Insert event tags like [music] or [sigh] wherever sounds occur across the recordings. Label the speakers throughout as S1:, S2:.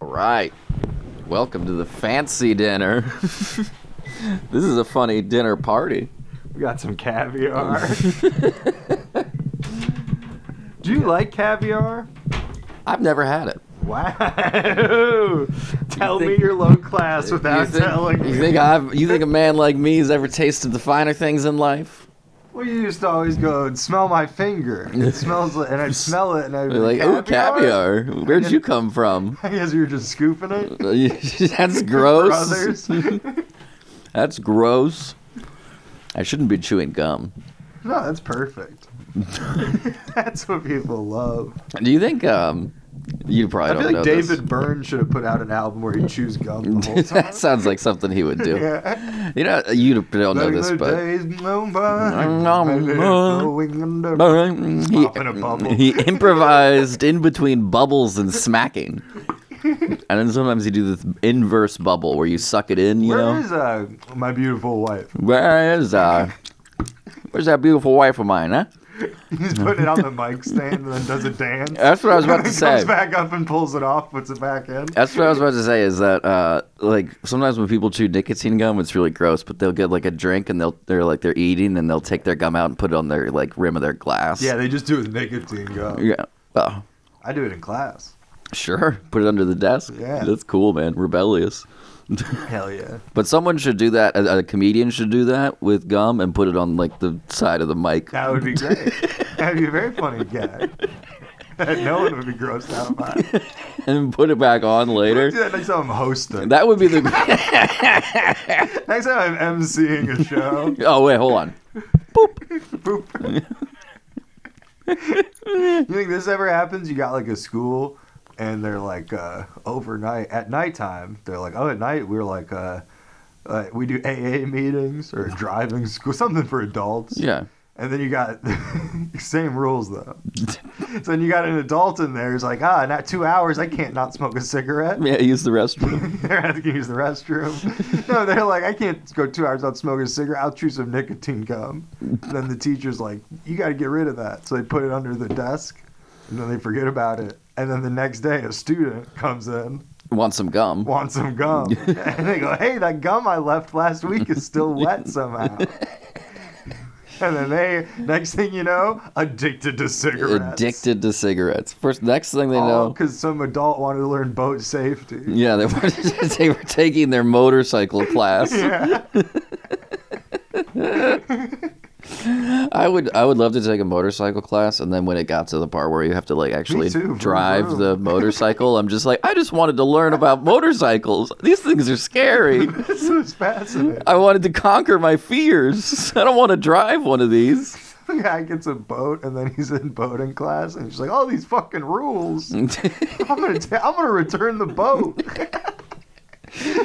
S1: right. Welcome to the fancy dinner. [laughs] this is a funny dinner party.
S2: We got some caviar.
S1: Oh.
S2: [laughs] Do you like caviar?
S1: I've never had it. [laughs]
S2: Wow! Tell
S1: think-
S2: me you're low class without
S1: you think,
S2: telling
S1: you
S2: me.
S1: think I've you think a man like me has ever tasted the finer things in life?
S2: well, you used to always go and smell my
S1: [laughs]
S2: finger. It smells, like, and I'd smell it, and I'd be
S1: You're like, ooh, caviar. Where'd you come from?
S2: [laughs]
S1: [laughs]
S2: I guess you were just scooping it.
S1: That's gross. [laughs]
S2: [laughs] Brothers. no,
S1: That's gross. I shouldn't be chewing gum.
S2: that's perfect. [laughs] that's what people love.
S1: Do you think um you probably
S2: I,
S1: don't
S2: feel like
S1: know
S2: David
S1: this. [laughs]
S2: Byrne should have put out an album where he chews gum the whole time.
S1: that sounds like something he would
S2: [laughs]
S1: do.
S2: Yeah.
S1: You know, you don't know this,
S2: Like the
S1: but
S2: days blown by,
S1: Nom,
S2: and they're
S1: nom.
S2: going under- Popping a bubble.
S1: he, he improvised in between bubbles and smacking. And then sometimes you do this inverse bubble where you suck it in, you
S2: Where
S1: know?
S2: is, uh, my beautiful wife? [laughs]
S1: where is uh Where's that beautiful wife of mine, huh?
S2: He's putting it on the mic stand and then does a dance.
S1: That's what I was about to
S2: [laughs] comes
S1: say.
S2: back up and pulls it off, puts it back in.
S1: That's what I was about to say is that uh, like sometimes when people chew nicotine gum, it's really gross. But they'll get like a drink and they'll they're like they're eating and they'll take their gum out and put it on their like rim of their glass.
S2: Yeah, they just do it with nicotine gum.
S1: Yeah. Oh,
S2: I do it in class.
S1: sure. Put it under the desk.
S2: Yeah.
S1: That's cool, man. Rebellious.
S2: Hell yeah.
S1: But someone should do that. A, a comedian should do that with gum and put it on like the side of the mic.
S2: That would be great. That'd be a very funny guy. [laughs] no one would be grossed out by it.
S1: [laughs]
S2: [laughs]
S1: and put it back on
S2: Do
S1: later.
S2: that next time I'm hosting.
S1: That would be the. [laughs]
S2: [laughs] Next time I'm emceeing
S1: [laughs]
S2: a show.
S1: oh wait, hold on.
S2: Boop. you think this ever happens? You got like a school and they're like uh, overnight at nighttime. They're like, oh, at night we're like, uh, uh, we do AA meetings or driving school, something for adults.
S1: Yeah.
S2: And then you got [laughs] same rules though. [laughs] so then you got an adult in there who's like, ah, not two hours. I can't not smoke a cigarette.
S1: Yeah. Use the restroom.
S2: [laughs] they're asking to use the restroom. [laughs] no, they're like, I can't go two hours without smoking a cigarette. I'll chew some nicotine gum. And then the teacher's like, you got to get rid of that. So they put it under the desk, and then they forget about it. And then the next day, a student comes in,
S1: Want some gum?
S2: wants some
S1: [laughs]
S2: gum, and they go, hey, that gum I left last week is still
S1: [laughs]
S2: wet somehow. And then they, next thing you know, addicted to cigarettes.
S1: Addicted to cigarettes. First, next thing they
S2: All
S1: know,
S2: because some adult wanted to learn boat safety.
S1: yeah, they were [laughs] they were taking their motorcycle class.
S2: [laughs] Yeah.
S1: I would I would love to take a motorcycle class, and then when it got to the part where you have to like actually
S2: too, vroom,
S1: drive
S2: vroom.
S1: the motorcycle, I'm just like, I just wanted to learn about motorcycles. These things are
S2: [laughs]
S1: scary.
S2: this was fascinating.
S1: I wanted to conquer my fears. [laughs] I don't want to drive one of these. [laughs]
S2: [laughs] The guy gets a boat and then he's in boating class and he's like, "All these fucking rules! I'm
S1: Does
S2: gonna, ta- I'm gonna return the boat. [laughs]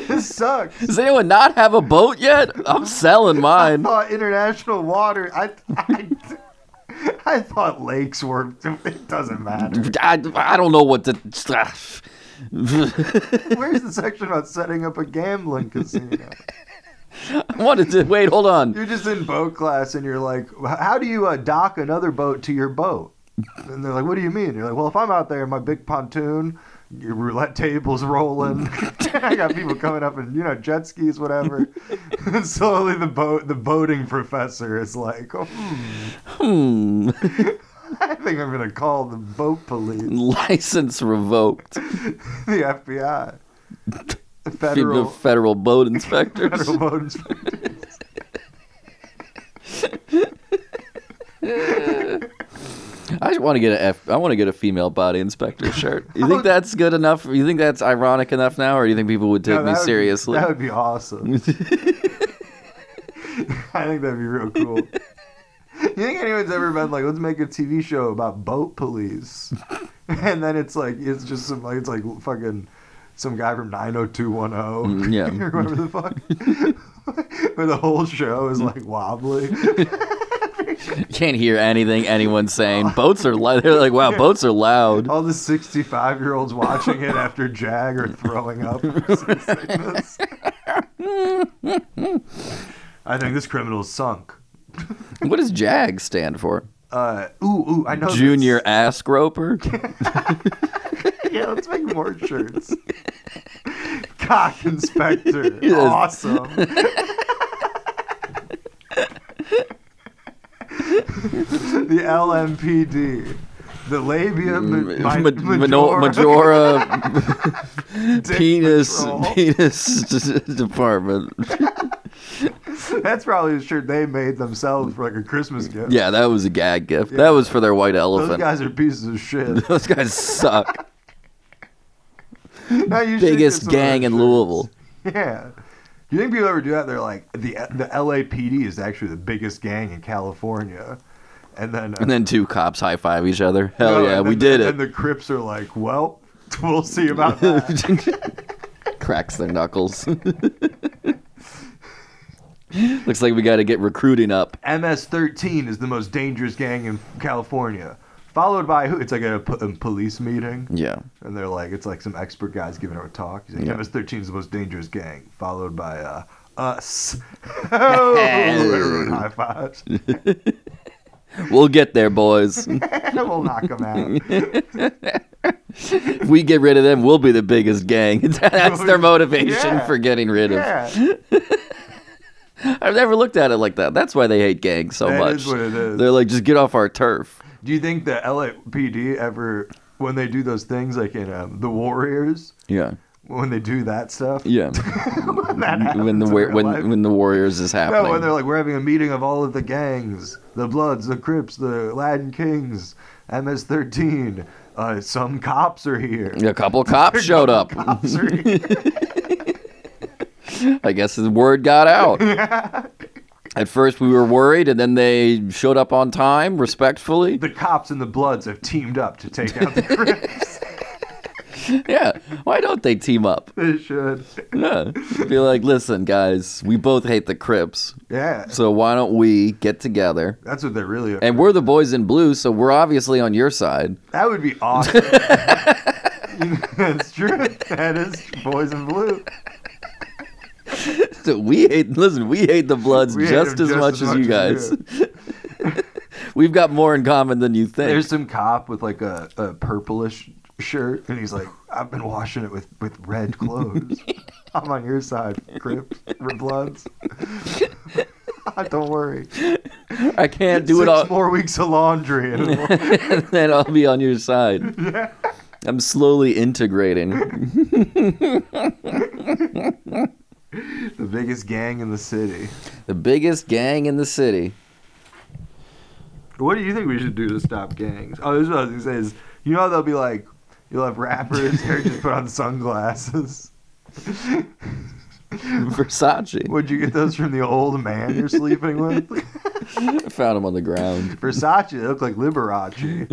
S2: this sucks."
S1: anyone not have a boat yet? I'm selling
S2: I
S1: mine.
S2: thought international water. I, I, I thought lakes were. It doesn't matter.
S1: [laughs] I, I don't know what to. [laughs]
S2: Where's the section about setting up a gambling casino?
S1: I wanted to wait. Hold on.
S2: You're just in boat class and you're like, "How do you uh, dock another boat to your boat?" And they're like, "What do you mean?" You're like, "Well, if I'm out there in my big pontoon." your roulette tables rolling. [laughs] I got people coming up and you know jet skis, whatever. [laughs] and slowly the boat, the boating professor is like, "Oh,
S1: Hmm. [laughs]
S2: I think I'm gonna call the boat police,
S1: License revoked.
S2: the FBI, the
S1: Federal,
S2: federal,
S1: federal boat inspectors.
S2: [laughs] federal boat inspector."
S1: I just want to get a F. I want to get a female body inspector shirt. You
S2: [laughs]
S1: think that's good enough? You think that's ironic enough now, or do you think people would take
S2: No, that
S1: me
S2: would be-
S1: seriously?
S2: that would be
S1: [laughs]
S2: awesome. I think that'd be real cool. You think anyone's ever been like, let's make a TV show about boat police, [laughs] and then it's like it's just some like it's like fucking some guy from nine hundred two one zero,
S1: Mm, yeah.
S2: [laughs] or whatever the fuck, [laughs] where the whole show is
S1: [laughs]
S2: like wobbly.
S1: Can't hear anything anyone's saying. Boats are loud. They're like, wow, boats are loud.
S2: All the sixty five year olds watching it after Jag are throwing up. from
S1: [laughs]
S2: sea sickness. [laughs] I think this criminal's sunk.
S1: What does JAG stand for?
S2: Uh, ooh, ooh, I know.
S1: Junior
S2: this.
S1: ass groper.
S2: [laughs] yeah, let's make more shirts. Cock Inspector.
S1: [laughs] Yes.
S2: Awesome. [laughs] the LMPD. The labia
S1: M-
S2: ma-
S1: Mm, ma- mino-
S2: [laughs] majora. [laughs]
S1: Majora penis
S2: Patrol.
S1: penis [laughs] department.
S2: That's probably a shirt they made themselves for like a Christmas gift.
S1: Yeah, that was a gag gift.
S2: Yeah.
S1: That was for their white
S2: Those
S1: elephant.
S2: guys are pieces of
S1: [laughs]
S2: shit.
S1: Those guys suck.
S2: Now [laughs] you should get
S1: Biggest
S2: some of
S1: gang
S2: that
S1: in
S2: shit.
S1: Louisville.
S2: [laughs] Yeah. Do you think people ever do that? They're like the the LAPD is actually the biggest gang in California, and then uh, [laughs]
S1: And then two cops high five each other. Hell
S2: no,
S1: yeah,
S2: and
S1: we did
S2: then- And
S1: it.
S2: the Crips are like, well, [laughs] we'll see
S1: [laughs]
S2: about that.
S1: Cracks their knuckles. [laughs] Looks like we got to get recruiting up.
S2: MS-13 is the most dangerous gang in California, followed by who? It's like at a, po- a police meeting.
S1: Yeah.
S2: And they're like, it's like some expert guys giving her a talk. He's like,
S1: Yeah.
S2: MS-13 is the most dangerous gang, followed by uh,
S1: [laughs]
S2: us. [laughs] oh, everyone high fives. [laughs]
S1: We'll get there, boys.
S2: we'll knock them
S1: [laughs]
S2: out.
S1: if we get rid of them, we'll be the biggest gang. [laughs] That's their motivation
S2: Yeah.
S1: for getting rid of.
S2: Yeah,
S1: I've never looked at it like that. That's why they hate gangs so
S2: That
S1: much.
S2: is what it is.
S1: They're like, just get off our turf.
S2: do you think the LAPD ever, when they do those things, like in um, The Warriors,
S1: Yeah.
S2: when they do that stuff?
S1: Yeah.
S2: When [laughs] that happens
S1: when the
S2: in
S1: wa-
S2: real
S1: when
S2: life?
S1: when the Warriors is happening.
S2: No, when they're like, we're having a meeting of all of the gangs, the Bloods, the Crips, the Latin Kings, MS-13. Uh, some cops are here.
S1: a couple
S2: [laughs]
S1: cops showed up.
S2: Cops are here.
S1: [laughs] I guess the word got
S2: [laughs]
S1: out. At first, we were worried, and then they showed up on time, respectfully.
S2: the cops and the Bloods have teamed up to take
S1: [laughs]
S2: out the Crips.
S1: Yeah. Why don't they team up?
S2: they should.
S1: Yeah. Be like, listen, guys, we both hate the Crips,
S2: Yeah,
S1: so why don't we get together?
S2: that's what they really.
S1: And we're the boys in blue, so we're obviously on your side. [laughs]
S2: that would be awesome. [laughs] that's true. That is boys in blue.
S1: So we hate. Listen, we hate the Bloods
S2: [laughs] We hate
S1: just,
S2: them
S1: as, much as you guys.
S2: you do.
S1: [laughs] We've got more in common than you think.
S2: There's some cop with like a, a purplish shirt, and he's like, "I've been washing it with with
S1: [laughs]
S2: red clothes. I'm on your side, Crips, or Bloods. [laughs] Ah, Don't worry.
S1: I can't do
S2: Six
S1: it all.
S2: more weeks of laundry, and
S1: [laughs]
S2: we'll-
S1: and then I'll be on your
S2: [laughs]
S1: side. I'm slowly integrating.
S2: the biggest gang in the city.
S1: The biggest gang in the city.
S2: What do you think we should do to stop gangs? Oh, this is what I was gonna say is you know how they'll be like you'll have rappers there just put on sunglasses.
S1: Versace.
S2: Would you get those from the old man you're sleeping with?
S1: [laughs] I found him on the ground. [laughs]
S2: Versace, they look like Liberace.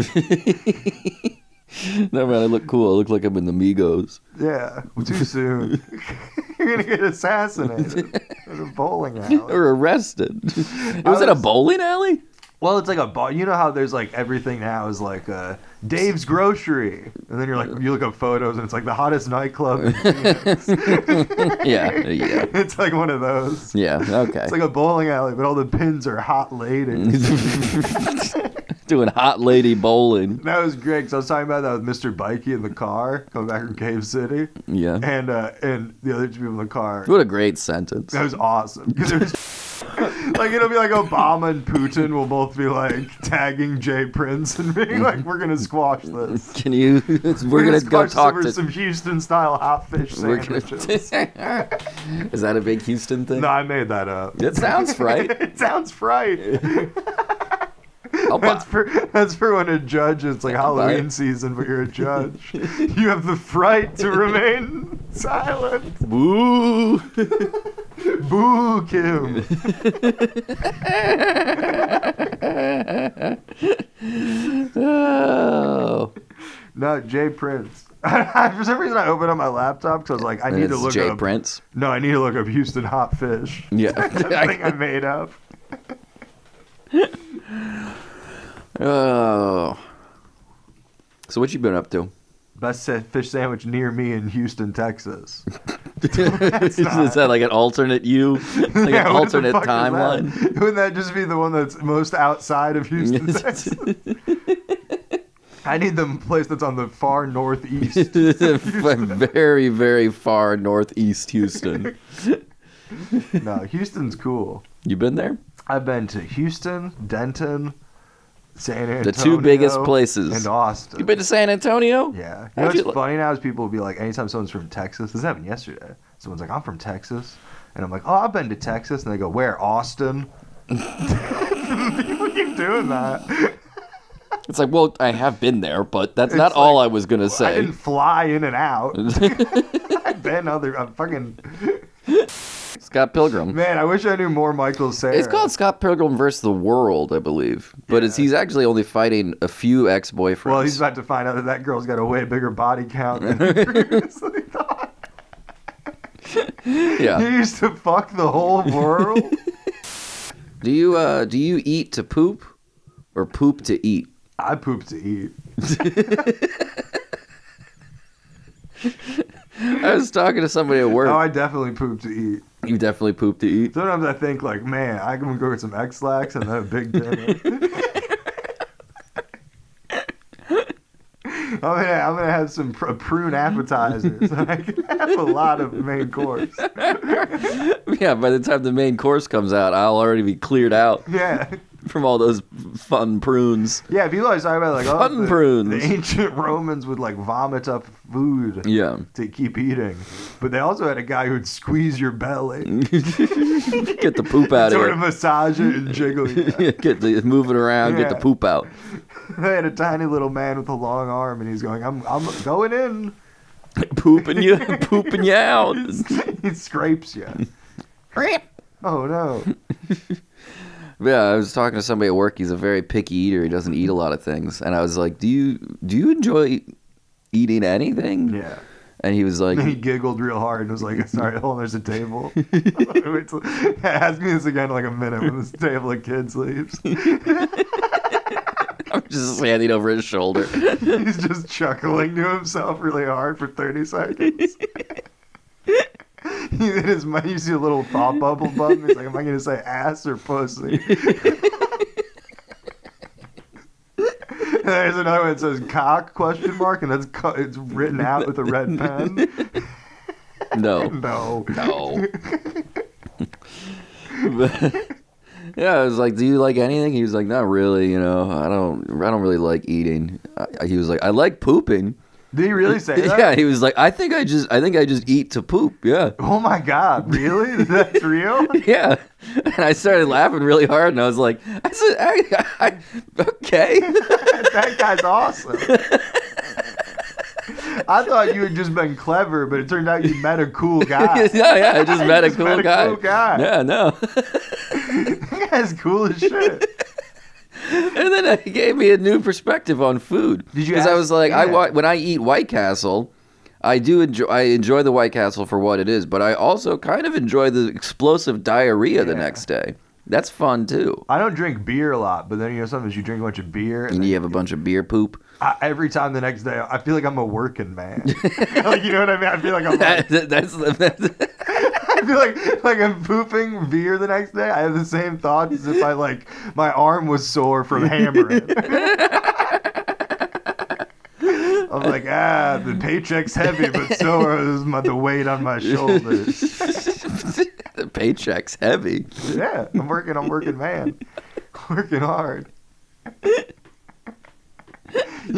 S1: No man, I look cool. I look like I'm in the Migos.
S2: Yeah, too [laughs] soon. you're gonna get assassinated at a bowling alley.
S1: Or
S2: [laughs]
S1: arrested. It was at a
S2: was-
S1: bowling alley?
S2: Well, it's like a ball. You know how there's like everything now is like uh, Dave's Grocery, and then you're like you look up photos and it's like the hottest nightclub. in Phoenix.
S1: [laughs] Yeah, yeah.
S2: [laughs] it's like one of those.
S1: Yeah, okay.
S2: It's like a bowling alley, but all the pins are hot
S1: [laughs]
S2: ladies.
S1: Doing hot lady bowling.
S2: that was great 'cause I was talking about that with Mr. Bikey in the car coming back from Cave City,
S1: Yeah.
S2: and uh, and the other two people in the car.
S1: What a great sentence.
S2: That was awesome 'cause it was [laughs] like it'll be like Obama and Putin will both be like tagging Jay Prince and being like, "We're gonna squash this."
S1: Can you? Mm-hmm. We're gonna go
S2: squash this
S1: talk
S2: over
S1: to.
S2: some Houston style hot fish
S1: we're gonna- [laughs]
S2: sandwiches.
S1: Is that a big Houston thing?
S2: no, I made that up.
S1: It
S2: [laughs]
S1: sounds right.
S2: it
S1: [laughs]
S2: sounds right.
S1: I'll buy-
S2: That's for that's for when a judge. It's like Halloween
S1: it.
S2: season, but you're a
S1: [laughs]
S2: judge. you have the fright to remain [laughs] silent.
S1: Woo!
S2: Boo, Kim.
S1: oh.
S2: no, Jay Prince. [laughs] for some reason, I opened up my laptop because I was like, I
S1: And
S2: need to
S1: it's
S2: look
S1: Jay
S2: up.
S1: Prince.
S2: No, I need to look up Houston hot fish. [laughs]
S1: Yeah.
S2: That
S1: [laughs]
S2: thing I made up.
S1: oh. So what you been up
S2: [laughs]
S1: to?
S2: Best sa- fish sandwich near me in
S1: [laughs]
S2: Houston, Texas.
S1: is that like an alternate
S2: [laughs]
S1: you, like
S2: Yeah,
S1: an
S2: what the
S1: alternate
S2: fuck is that?
S1: timeline? [laughs]
S2: [laughs] Wouldn't that just be the one that's most outside of Houston, Texas? I need the place that's on the
S1: [laughs]
S2: far northeast. [laughs]
S1: very, very far northeast Houston.
S2: no, Houston's cool.
S1: You been there?
S2: I've been to Houston, Denton, San Antonio,
S1: The two biggest places.
S2: and Austin.
S1: You been to San Antonio?
S2: yeah, you
S1: How'd
S2: know what's
S1: you li-
S2: funny now is people will be like, anytime someone's from Texas, this happened yesterday. Someone's like, I'm from Texas, and I'm like, oh, I've been to Texas, and they go,
S1: [laughs]
S2: where Austin? people keep doing that.
S1: It's like, well, I have been there, but that's
S2: It's
S1: not
S2: like,
S1: all I was gonna
S2: I
S1: say.
S2: didn't fly in and
S1: [laughs]
S2: out. I've been other. I'm fucking
S1: Scott Pilgrim.
S2: man. I wish I knew more Michael Sarah.
S1: It's called Scott Pilgrim versus the World, I believe. But it's,
S2: Yeah.
S1: he's actually only fighting a few ex-boyfriends.
S2: Well, he's about to find out that that girl's got a way bigger body
S1: [laughs]
S2: count than he [laughs] previously thought. You [laughs]
S1: yeah.
S2: used to fuck the whole
S1: [laughs]
S2: world.
S1: Do you uh do you eat to poop or poop to eat?
S2: I poop to eat.
S1: I was talking to somebody at work.
S2: Oh, I definitely poop to eat.
S1: you definitely poop to eat. [laughs]
S2: Sometimes I think like, man, I can go get some X-Lax and have a
S1: [laughs]
S2: big dinner. I'm gonna, I'm gonna have some pr- prune appetizers. [laughs] I can have a lot of main course.
S1: Yeah, by the time the main course comes out, I'll already be cleared out
S2: Yeah,
S1: from all those fun prunes.
S2: yeah. People always talk about like, oh,
S1: Fun
S2: the,
S1: prunes.
S2: the ancient Romans would like vomit up food.
S1: Yeah. [laughs]
S2: to keep eating. But they also had a guy who'd squeeze your belly,
S1: Get the poop out of
S2: sort of
S1: here.
S2: massage it
S1: [laughs]
S2: and jiggle you.
S1: Get the move it around, get the
S2: Yeah.
S1: poop out.
S2: they had a tiny little man with a long arm, and he's going, "I'm, I'm going in."
S1: [laughs] Pooping you pooping you out.
S2: [laughs] he scrapes you. Oh no!
S1: Yeah, I was talking to somebody at work. He's a very picky eater. He doesn't eat a lot of things. And I was like, "Do you do you enjoy eating anything?"
S2: Yeah.
S1: And he was like, [laughs]
S2: And [laughs] he giggled real hard and was like, "Sorry, hold on, there's a table." Wait till- Ask me this again in like a minute when this table of kids leaves.
S1: "I'm just standing over his shoulder." [laughs]
S2: He's just chuckling to himself really hard for 30 seconds. he, in his mind, you see a little thought bubble button. He's like, am I going to say ass or pussy? [laughs] And There's another one that says cock question mark, and that's co- it's written out with a red pen.
S1: No,
S2: No,
S1: no. [laughs] yeah, I was like, "Do you like anything?" He was like, "Not really. You know, I don't. I don't really like eating." I, he was like, "I like pooping."
S2: [laughs] did he really say
S1: [laughs]
S2: that?
S1: Yeah, he was like, "I think I just. I think I just eat to poop." Yeah.
S2: Oh my god, really?
S1: [laughs]
S2: That's real?
S1: Yeah. And I started laughing really hard, and I was like, I said, I, I, okay.
S2: [laughs] that guy's awesome. I thought you had just been clever, but it turned out you met a cool guy.
S1: [laughs] [laughs] yeah, yeah, I just met a
S2: Just
S1: cool
S2: met a
S1: guy.
S2: cool guy.
S1: Yeah, no.
S2: [laughs] that guy's cool as shit.
S1: [laughs] and then he gave me a new perspective on food.
S2: Did you
S1: I
S2: ask-
S1: was like, I
S2: yeah.
S1: wa- when I eat White Castle, I do enjoy. I enjoy the White Castle for what it is, but I also kind of enjoy the explosive diarrhea the
S2: Yeah.
S1: next day. That's fun too.
S2: I don't drink beer a lot, but then you know sometimes you drink a bunch of beer, and
S1: And you have a bunch of beer poop. [laughs]
S2: I, every time the next day, I feel like I'm a working man. [laughs] like you know what I mean? I feel like I'm like,
S1: That, that's, [laughs] that's
S2: [laughs] I feel like like I'm pooping beer the next day. I have the same thoughts as if I like my arm was sore from hammering. [laughs] I'm like, ah, the paycheck's heavy, but so is my, the weight on
S1: [laughs]
S2: my shoulders.
S1: the paycheck's heavy.
S2: Yeah, I'm working. I'm working, man. [laughs] Working hard. You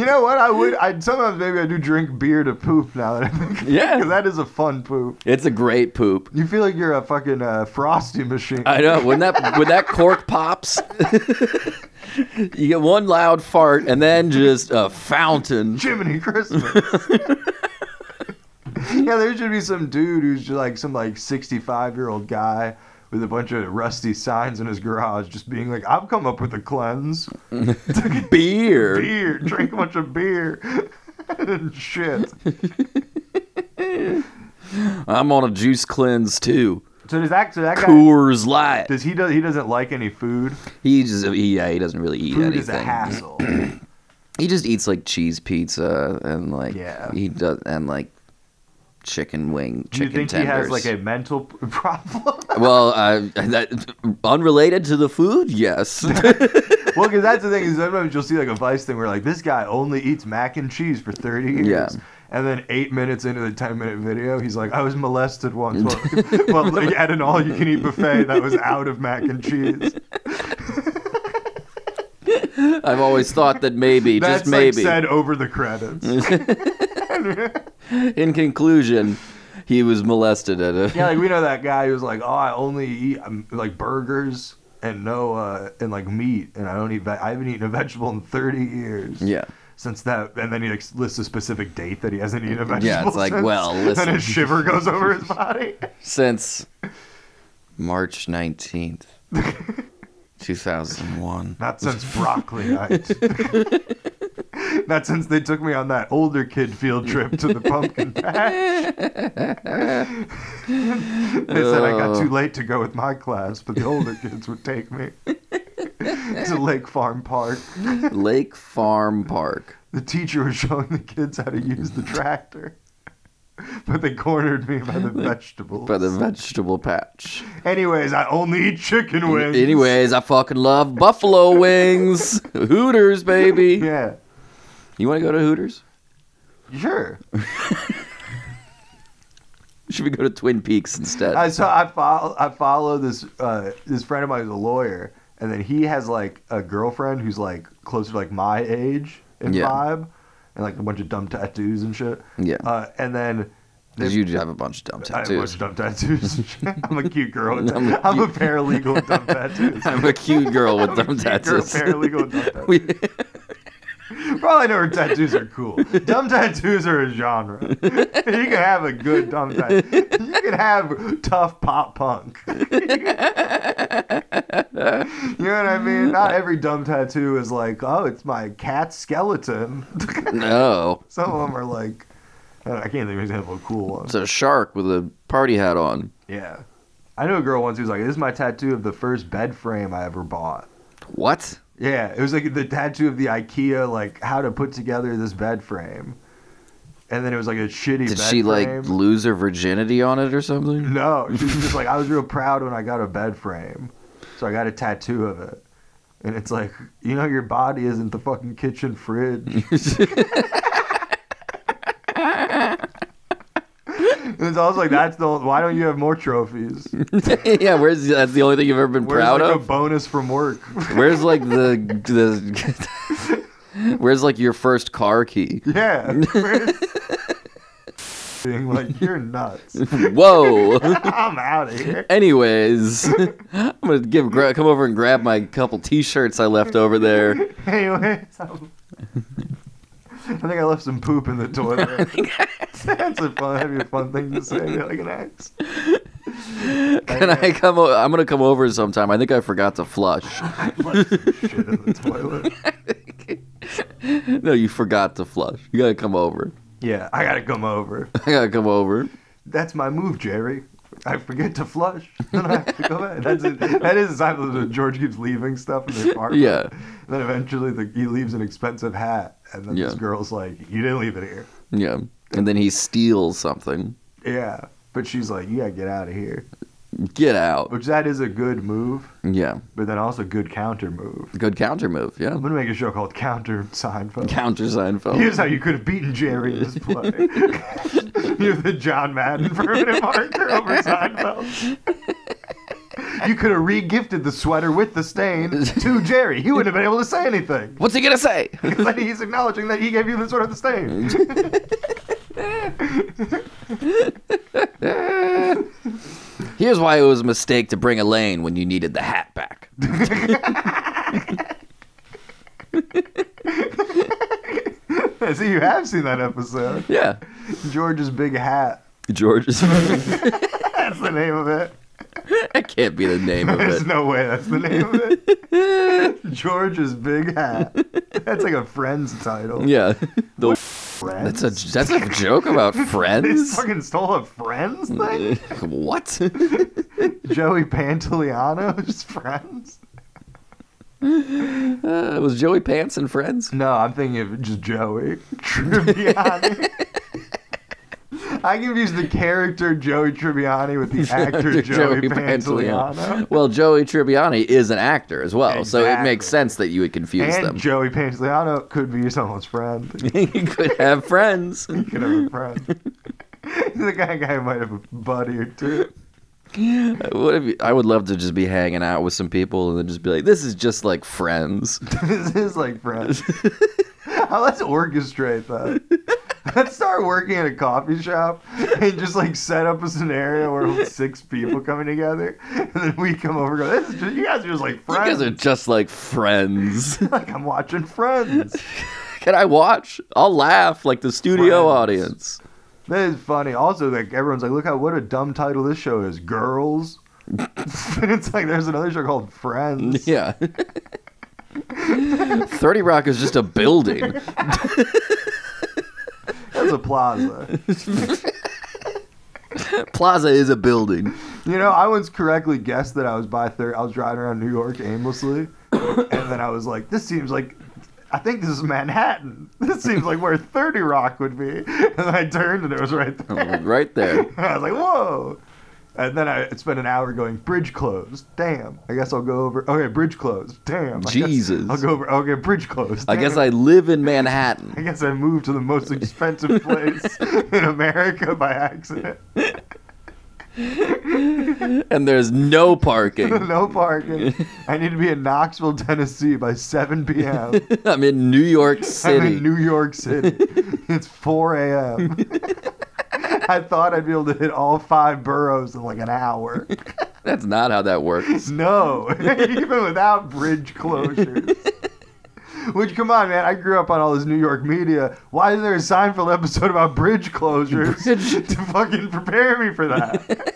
S2: know what? I would. I sometimes maybe I do drink beer to poop. Now that I think,
S1: Yeah.
S2: 'Cause that is a fun poop.
S1: It's a great poop.
S2: You feel like you're a fucking uh, frosty machine.
S1: I know when that when that cork pops, [laughs] you get one loud fart and then just a fountain.
S2: Jiminy Christmas. [laughs] yeah, there should be some dude who's just like some like 65 year old guy with a bunch of rusty signs in his garage, just being like, "I've come up with a cleanse."
S1: Beer.
S2: beer, drink a bunch of beer. [laughs] and Shit.
S1: I'm on a juice cleanse too.
S2: So does that so that guy
S1: Coors Light.
S2: does he does he doesn't like any food?
S1: He just he, yeah he doesn't really eat
S2: Food is a
S1: anything. [clears throat]
S2: hassle.
S1: He just eats like cheese pizza and like
S2: Yeah.
S1: he does and like chicken wing
S2: Do
S1: chicken
S2: you think
S1: tenders.
S2: he has like a mental p- [laughs] problem? [laughs]
S1: well uh, that unrelated to the food yes
S2: well, because that's the thing is sometimes you'll see like a Vice thing where like this guy only eats mac and cheese for 30 years.
S1: Yeah.
S2: And then eight minutes into the 10 minute video, he's like, I was molested once.
S1: [laughs]
S2: [laughs] Well, well like, at an all you can eat buffet that was out of mac and cheese.
S1: I've always thought that
S2: [laughs]
S1: maybe,
S2: That's
S1: just maybe.
S2: like said over the credits.
S1: [laughs] In conclusion, he was molested at a.
S2: yeah, like we know that guy who's like, oh, I only eat um, like burgers and no uh and like meat, and I don't eat. Ve- I haven't eaten a vegetable in 30 years.
S1: Yeah.
S2: Since that, and then he like, lists a specific date that he hasn't eaten a
S1: Yeah, it's
S2: vegetable.
S1: like,
S2: since,
S1: well, listen.
S2: And a shiver goes
S1: [laughs]
S2: over his body.
S1: Since March 19th, [laughs] 2001.
S2: Not since broccoli night.
S1: [laughs]
S2: Not since they took me on that older kid field trip to the pumpkin patch. [laughs] they said I got
S1: Oh.
S2: too late to go with my class, but the older kids would take me [laughs] to Lake Farm Park.
S1: Lake Farm Park.
S2: The teacher was showing the kids how to use the tractor. [laughs] But they cornered me by the vegetables.
S1: By the vegetable patch.
S2: Anyways, I only eat chicken wings.
S1: Anyways, I fucking love buffalo wings. [laughs] Hooters, baby.
S2: Yeah.
S1: You want to go to Hooters?
S2: Sure.
S1: Should we go to Twin Peaks instead?
S2: I saw I follow I follow this uh, this friend of mine who's a lawyer, and then he has like a girlfriend who's like closer to like my age and
S1: Yeah.
S2: vibe, and like a bunch of dumb tattoos and shit.
S1: Yeah.
S2: Uh, and then
S1: Because you have a bunch of dumb
S2: I have a bunch
S1: tattoos.
S2: of dumb tattoos. and shit. I'm a cute girl.
S1: [laughs]
S2: With,
S1: I'm
S2: I'm,
S1: a
S2: a paralegal with
S1: [laughs]
S2: dumb tattoos.
S1: I'm a cute girl with
S2: I'm a
S1: dumb
S2: cute girl
S1: tattoos.
S2: paralegal with dumb
S1: [laughs]
S2: tattoos.
S1: We-
S2: [laughs] Probably know her tattoos are cool. Dumb tattoos are a genre. [laughs] you can have a good dumb tattoo. You can have tough pop punk. [laughs] you know what I mean? Not every dumb tattoo is like, oh, it's my cat skeleton. [laughs]
S1: no.
S2: Some of them are like, I, don't- I can't think of an example of cool ones.
S1: It's a shark with a party hat on.
S2: Yeah. I knew a girl once who was like, this is my tattoo of the first bed frame I ever bought.
S1: What?
S2: Yeah, it was like the tattoo of the IKEA, like how to put together this bed frame, and then it was like a shitty.
S1: Did
S2: bed
S1: she like
S2: frame.
S1: lose her virginity on it or
S2: [laughs]
S1: something? [laughs]
S2: No, she was just like I was real proud when I got a bed frame, so I got a tattoo of it, and it's like you know your body isn't the fucking kitchen
S1: [laughs]
S2: fridge. And it's also like that's the why don't you have more trophies?
S1: yeah, where's that's the only thing you've ever been
S2: Where's
S1: proud
S2: like a
S1: of?
S2: bonus from work? [laughs]
S1: Where's like the the
S2: [laughs]
S1: Where's like your first car key? [laughs]
S2: yeah. where's- Being like
S1: [laughs]
S2: you're nuts.
S1: Whoa.
S2: I'm out of here. [laughs]
S1: Anyways, [laughs] I'm gonna give gra- come over and grab my couple T-shirts I left over
S2: [laughs]
S1: there.
S2: Anyways, um, I think I left some poop in the toilet. [laughs] That's a fun, that'd be a fun thing to say. Be like an ex.
S1: Can I come? O- I'm gonna come over sometime. I think I forgot to flush.
S2: [laughs] I left some shit in the toilet.
S1: [laughs] No, you forgot to flush. You gotta come over. [laughs]
S2: Yeah, I gotta come over.
S1: I gotta come over.
S2: That's my move, Jerry. I forget to flush, then I have to go back. That's it. That is a sign of the George keeps leaving stuff in the apartment.
S1: Yeah.
S2: And then eventually the, he leaves an expensive hat, and then this
S1: Yeah.
S2: girl's like, "You didn't leave it here."
S1: Yeah. And then he steals something.
S2: Yeah, but she's like, "You gotta get out of here,"
S1: Get out.
S2: which that is a good move.
S1: Yeah.
S2: but then also good counter move.
S1: Good counter move. Yeah.
S2: I'm gonna make a show called Counter Seinfeld.
S1: Counter Seinfeld.
S2: Here's how you could have beaten Jerry in this
S1: [laughs]
S2: play. You're the John Madden permanent marker over Seinfeld. You could have re-gifted the sweater with the stain to Jerry. He wouldn't have been able to say anything.
S1: What's he gonna say? [laughs]
S2: Because then he's acknowledging that he gave you the sort of the stain. [laughs]
S1: Here's why it was a mistake to bring Elaine when you needed the hat
S2: [laughs]
S1: back.
S2: so you have seen that episode.
S1: Yeah.
S2: George's big hat.
S1: George is. [laughs]
S2: That's the name of it.
S1: that can't be the name of
S2: There's
S1: it.
S2: no way that's the name of it. George's big hat. That's like a friend's
S1: [laughs]
S2: title.
S1: Yeah. [laughs] The,
S2: Friends?
S1: that's a that's a joke
S2: [laughs]
S1: about
S2: They
S1: friends.
S2: fucking stole a Friends thing?
S1: [laughs] What? Uh,
S2: Joey [laughs] Pantoliano's Friends?
S1: Uh, was Joey Pants and Friends?
S2: [laughs] No, I'm thinking of just Joey Tribbiani. I confuse the character Joey
S1: [laughs]
S2: Tribbiani with the actor Joey, Pantoliano.
S1: Well, Joey Tribbiani is an actor as well, so it
S2: Exactly.
S1: makes sense that you would confuse
S2: And
S1: them.
S2: Joey Pantoliano could be someone's friend.
S1: [laughs] you could have friends. [laughs]
S2: He could have a friend. [laughs] the guy, guy might have a buddy or two. [laughs]
S1: What if you, I would love to just be hanging out with some people and then just be like, this is just like friends. [laughs]
S2: this is like friends. Now [laughs] Let's
S1: [laughs]
S2: orchestrate that. Let's start working at a coffee shop and just like set up a scenario where like, six people coming together, and then we come over. and Go, this is just, you guys are just like
S1: You
S2: friends.
S1: guys are just like friends. [laughs]
S2: [laughs] like I'm watching Friends.
S1: Can I watch? I'll laugh like the studio
S2: Friends.
S1: audience.
S2: That is funny. Also, like everyone's like, look how what a dumb title this show is, girls. [laughs] it's like there's another show called
S1: [laughs]
S2: Friends.
S1: Yeah. 30 Rock is just a building.
S2: That's a plaza.
S1: Plaza is a building.
S2: You know, I once correctly guessed that I was by third. I was driving around New York aimlessly, and then I was like, "This seems like, I think this is Manhattan. [laughs] This seems like where Thirty Rock would be." [laughs] And then I turned, and it was right there.
S1: Right there.
S2: [laughs] I was like, "Whoa!" And then I spent an hour going bridge closed. Damn. I guess I'll go over. Okay, bridge closed. Damn. I guess
S1: Jesus.
S2: I'll go over. Okay, bridge closed.
S1: I guess
S2: Damn.
S1: I live in
S2: I
S1: Manhattan.
S2: guess I moved to the most expensive place
S1: [laughs]
S2: in America by accident.
S1: And there's no parking.
S2: [laughs] no parking. I need to be in Knoxville, Tennessee by 7 p.m.
S1: I'm in New York [laughs]
S2: I'm
S1: City.
S2: in New York City. It's 4
S1: [laughs]
S2: a.m. I thought I'd be able to hit all five boroughs in like an hour.
S1: That's not how that works.
S2: No, [laughs] even without bridge closures. Which, come on, man, I grew up on all this New York media. Why is there a Seinfeld episode about bridge
S1: [laughs]
S2: closures
S1: Bridge-
S2: [laughs] to fucking prepare me
S1: [laughs]
S2: for that?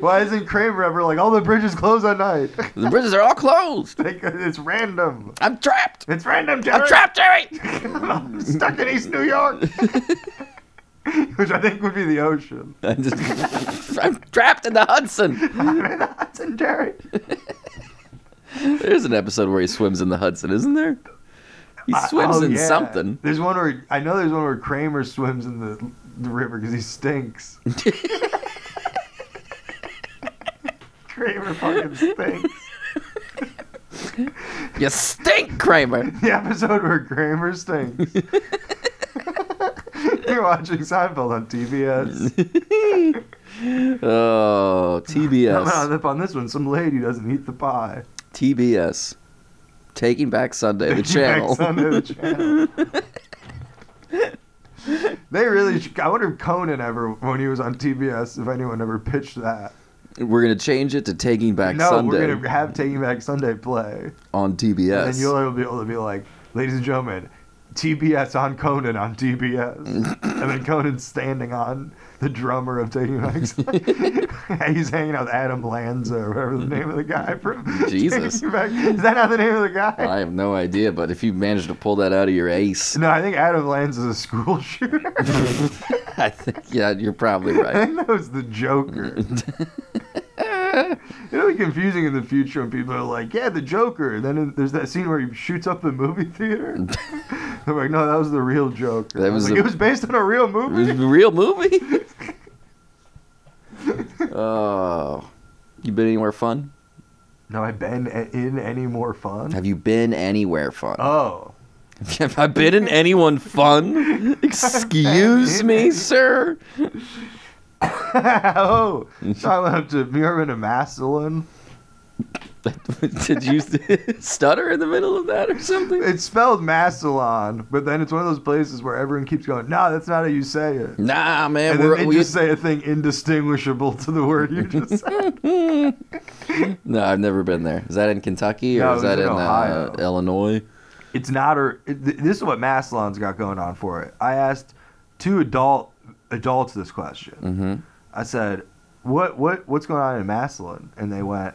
S2: Why isn't Kramer ever like, all the bridges close at night? [laughs]
S1: The bridges are all closed.
S2: Like, it's random.
S1: I'm trapped.
S2: It's random, Jerry.
S1: I'm trapped, Jerry.
S2: [laughs]
S1: [laughs]
S2: I'm stuck in East New York. [laughs] Which I think would be the ocean. [laughs]
S1: I'm, just, I'm trapped in the Hudson.
S2: I'm in the Hudson, Jerry.
S1: There's an episode where he swims in the Hudson, isn't there? He swims
S2: Oh,
S1: in
S2: yeah.
S1: something. [laughs]
S2: There's one where I know there's one where Kramer swims in the, the river because
S1: [laughs]
S2: he stinks. Kramer
S1: [laughs]
S2: fucking stinks.
S1: You stink, Kramer. [laughs]
S2: The episode where Kramer stinks. You're watching Seinfeld on TBS.
S1: oh,
S2: [laughs] Coming on
S1: TBS.
S2: up on this one, some lady doesn't eat the pie.
S1: TBS. Taking Back Sunday, the
S2: Taking Back
S1: channel.
S2: Sunday, the channel. they really. Should, I wonder if Conan ever, when he was on TBS, if anyone ever pitched that.
S1: [laughs] We're going to change it to Taking Back
S2: no,
S1: Sunday
S2: we're gonna have Taking Back Sunday play,
S1: on TBS.
S2: and you'll be able to be like, ladies and gentlemen, TBS on Conan on TBS, and then Conan's standing on the drummer of Taking
S1: [laughs]
S2: Back Sunday. He's hanging out with Adam Lanza or whatever the name of the guy from
S1: Jesus.
S2: Taking Back. Is that not the name of the guy?
S1: I have no idea, but if you manage to pull that out of your ace, [laughs]
S2: No, I think Adam Lanza is a school [laughs] shooter.
S1: I think yeah, you're probably
S2: [laughs] I
S1: right.
S2: think that was
S1: [laughs]
S2: the Joker. It'll be confusing in the future when people are like, "Yeah, the Joker." And then there's that scene where he shoots up the
S1: [laughs]
S2: movie theater. They're like, "No, that was the real Joker."
S1: That
S2: I
S1: was
S2: was like,
S1: the-
S2: "It was based on
S1: [laughs]
S2: a real
S1: It was
S2: movie."
S1: a real [laughs] movie. oh, you been anywhere fun?
S2: No, I've been a- in any more fun.
S1: Have you been anywhere fun?
S2: [laughs] Oh,
S1: [laughs]
S2: [laughs]
S1: Have I been in anyone fun?
S2: [laughs]
S1: Excuse
S2: in
S1: me,
S2: any-
S1: sir. [laughs]
S2: oh! So I went up to Muirman and Massillon.
S1: Did you [laughs] stutter in the middle of that or something?
S2: It's spelled Massillon, but then it's one of those places where everyone keeps going, "No, that's not how you say it."
S1: Nah, man.
S2: And then
S1: We're,
S2: they
S1: we,
S2: just say a thing indistinguishable to the word you just
S1: [laughs]
S2: said.
S1: no, I've never been there. Is that in Kentucky or
S2: No,
S1: is
S2: it was
S1: that
S2: in
S1: in
S2: Ohio.
S1: uh, Illinois?
S2: it's not a. It, th- this is what Maslon's got going on for it. I asked two adult adults this question.
S1: Mm-hmm.
S2: I said, "What what what's going on in Maslon?" And they went,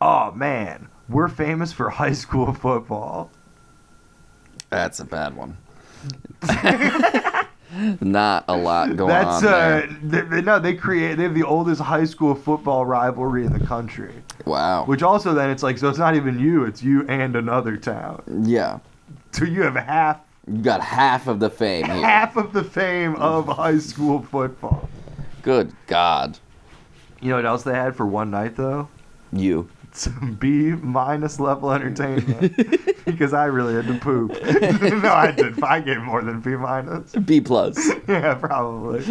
S2: "Oh man, we're famous for [laughs] high school football."
S1: That's a bad one. [laughs] Not a lot going
S2: That's
S1: on there.
S2: uh, they, they- no, they create. They have the oldest high school football rivalry in the country.
S1: Wow.
S2: Which also then it's like so it's not even you, it's you and another town.
S1: yeah.
S2: So you have half
S1: You've got half of the fame
S2: [laughs]
S1: here.
S2: Half of the fame of high school football.
S1: Good God.
S2: You know what else they had for one night though?
S1: You.
S2: Some B minus level entertainment because I really had to poop. [laughs] no, I did. I gave more than B minus. [laughs]
S1: B plus.
S2: Yeah, probably.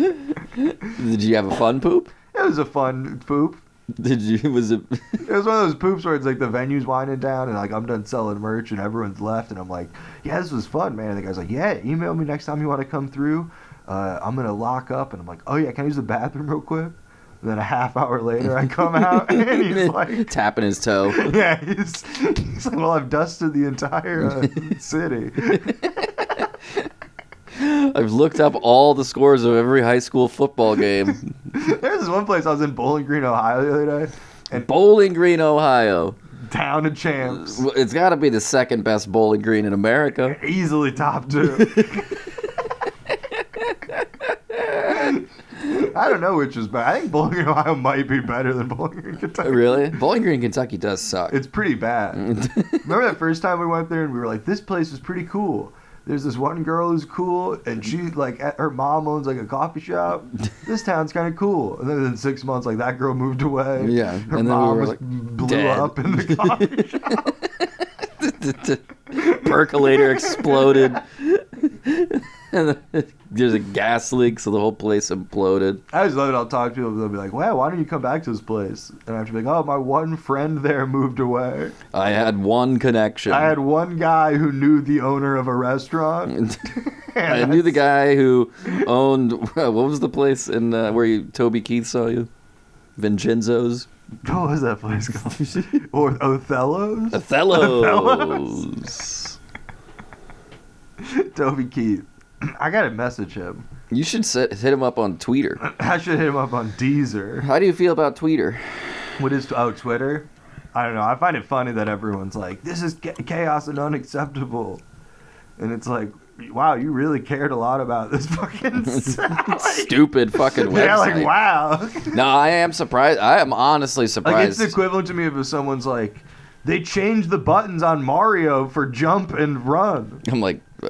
S1: Did you have a fun poop?
S2: It was a fun poop.
S1: Did you [laughs] was it
S2: It was one of those poops where it's like the venue's winding down and like I'm done selling merch and everyone's left and I'm like, yeah, this was fun, man. And the guy's like, yeah, email me next time you want to come through. Uh, I'm gonna lock up and I'm like, oh yeah, can I use the bathroom real quick? And then a half hour later, I come out [laughs] and
S1: [laughs]
S2: he's like,
S1: tapping his toe?
S2: [laughs] yeah, he's, he's like, well, I've dusted the entire uh, city. [laughs]
S1: I've looked up all the scores of every high school football game.
S2: There's this one place I was in Bowling Green, Ohio the other day,
S1: Bowling Green, Ohio.
S2: town of champs,
S1: Well, It's got to be the second best bowling green in America.
S2: easily top two. [laughs] I don't know which is better. I think Bowling Green, Ohio might be better than Bowling Green, Kentucky.
S1: Really? Bowling Green, Kentucky does suck.
S2: It's pretty bad.
S1: [laughs]
S2: Remember that first time we went there and we were like, this place is pretty cool. There's this one girl who's cool, and she like at- her mom owns like a coffee
S1: [laughs]
S2: shop. This town's kind of cool. And then in six months, like that girl moved away.
S1: Yeah,
S2: her
S1: and then we
S2: mom
S1: were,
S2: was
S1: like,
S2: blew
S1: dead.
S2: up in
S1: [laughs]
S2: the coffee shop.
S1: [laughs] Percolator exploded. [laughs] and then there's a gas leak, so the whole place imploded.
S2: I just love it. I'll talk to people. They'll be like, "Wow, why don't you come back to this place?" And I have to be like, "Oh, my one friend there moved away.
S1: I had one connection.
S2: I
S1: [laughs]
S2: had one guy who knew the owner of a restaurant.
S1: I
S2: And
S1: knew the guy who owned [laughs] what was the place in uh, where you, Toby Keith saw you, Vincenzo's,
S2: [laughs] What was that place called?
S1: [laughs]
S2: or Othello's?
S1: Othello's.
S2: Toby Keith. [clears throat] I gotta message him.
S1: You should set, hit him up on Twitter.
S2: I should hit him up on Deezer.
S1: How do you feel about
S2: [laughs]
S1: Twitter?
S2: What is oh Twitter? I don't know. I find it funny that everyone's like, "This is cha- chaos and unacceptable," and it's like, "Wow, you really cared a lot about
S1: [laughs]
S2: this [laughs] fucking." site."
S1: Stupid fucking website.
S2: [laughs] yeah, like wow.
S1: No, I am surprised. I am honestly
S2: Like it's
S1: surprised.
S2: equivalent to me if someone's like, they changed the buttons on Mario for jump and run.
S1: I'm like, uh,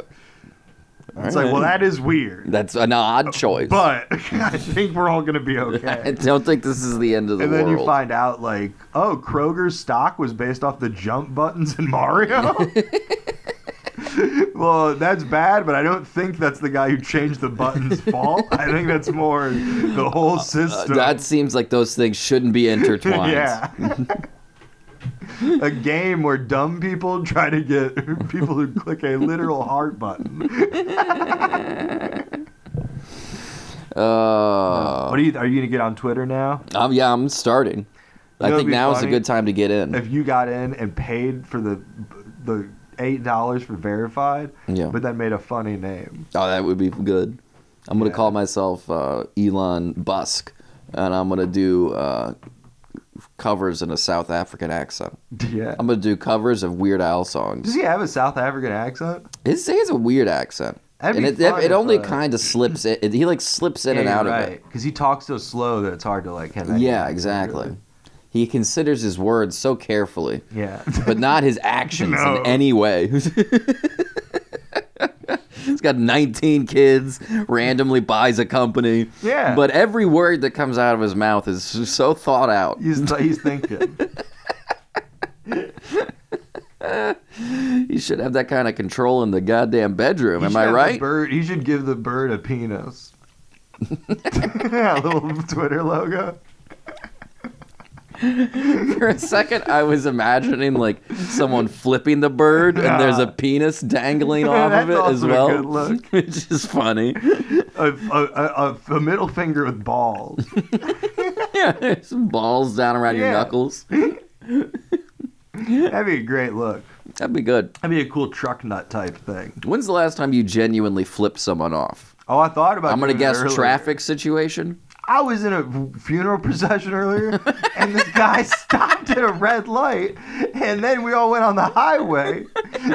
S2: It's like, well, that is weird,
S1: that's an odd choice.
S2: but [laughs] I think we're all gonna be
S1: [laughs] I
S2: okay.
S1: don't think this is the end of the
S2: And then
S1: world.
S2: you find out like, oh, Kroger's stock was based off the jump buttons
S1: [laughs]
S2: in Mario. [laughs] well, that's bad, but I don't think that's the guy who changed
S1: [laughs]
S2: the buttons' fault. I think that's more the whole
S1: Uh,
S2: system. [laughs]
S1: that seems like those things shouldn't be intertwined. [laughs]
S2: Yeah. a game where dumb people try to get [laughs] people who click a literal heart button.
S1: Uh,
S2: what are you? Are you gonna get on Twitter now?
S1: I'm, yeah, I'm starting. I think
S2: know what'd be
S1: now is a
S2: funny?
S1: good time to get in.
S2: If you got in and paid for the the eight dollars for verified,
S1: Yeah.
S2: but then made a funny name.
S1: Oh, that would be good. I'm gonna
S2: Yeah.
S1: call myself uh, Elon Busk, and I'm gonna do uh, covers in a South African accent. [laughs]
S2: Yeah.
S1: I'm gonna do covers of Weird Al songs.
S2: Um, Does he have a South African accent?
S1: His he has a weird accent,
S2: That'd
S1: and
S2: be
S1: it, it,
S2: fun
S1: it
S2: if,
S1: only
S2: uh,
S1: kind of slips. in he like slips in and out of it.
S2: Because he talks so slow that it's hard to like. Have any
S1: Yeah,
S2: accent,
S1: exactly.
S2: really.
S1: He considers his words so carefully,
S2: Yeah. [laughs]
S1: but not his actions
S2: No.
S1: in any way. [laughs] He's got 19 kids, randomly buys a company.
S2: Yeah.
S1: But every word that comes out of his mouth is so thought out.
S2: he's
S1: [laughs]
S2: he's thinking.
S1: He should have that kind of control in the goddamn bedroom.
S2: He
S1: Am
S2: should
S1: I
S2: have the
S1: right?
S2: Bird, he should give the bird a penis. [laughs] yeah, a little Twitter logo.
S1: [laughs] For a second, I was imagining like someone flipping the bird
S2: Nah.
S1: and there's a penis
S2: [laughs]
S1: dangling off
S2: Ah.
S1: of
S2: That's
S1: it as
S2: also a
S1: well.
S2: good look.
S1: [laughs] Which is funny.
S2: A, a, a, a middle finger with
S1: [laughs]
S2: balls.
S1: yeah, [laughs] some balls down around your
S2: Yeah.
S1: knuckles.
S2: That'd be a great look.
S1: That'd be good.
S2: That'd be a cool truck nut type thing.
S1: When's the last time you genuinely flipped someone off?
S2: Oh, I thought about.
S1: I'm gonna
S2: doing it
S1: guess
S2: earlier.
S1: traffic situation.
S2: I was in a funeral [laughs] procession earlier, [laughs] and this guy stopped at a red light, and then we all went on the highway,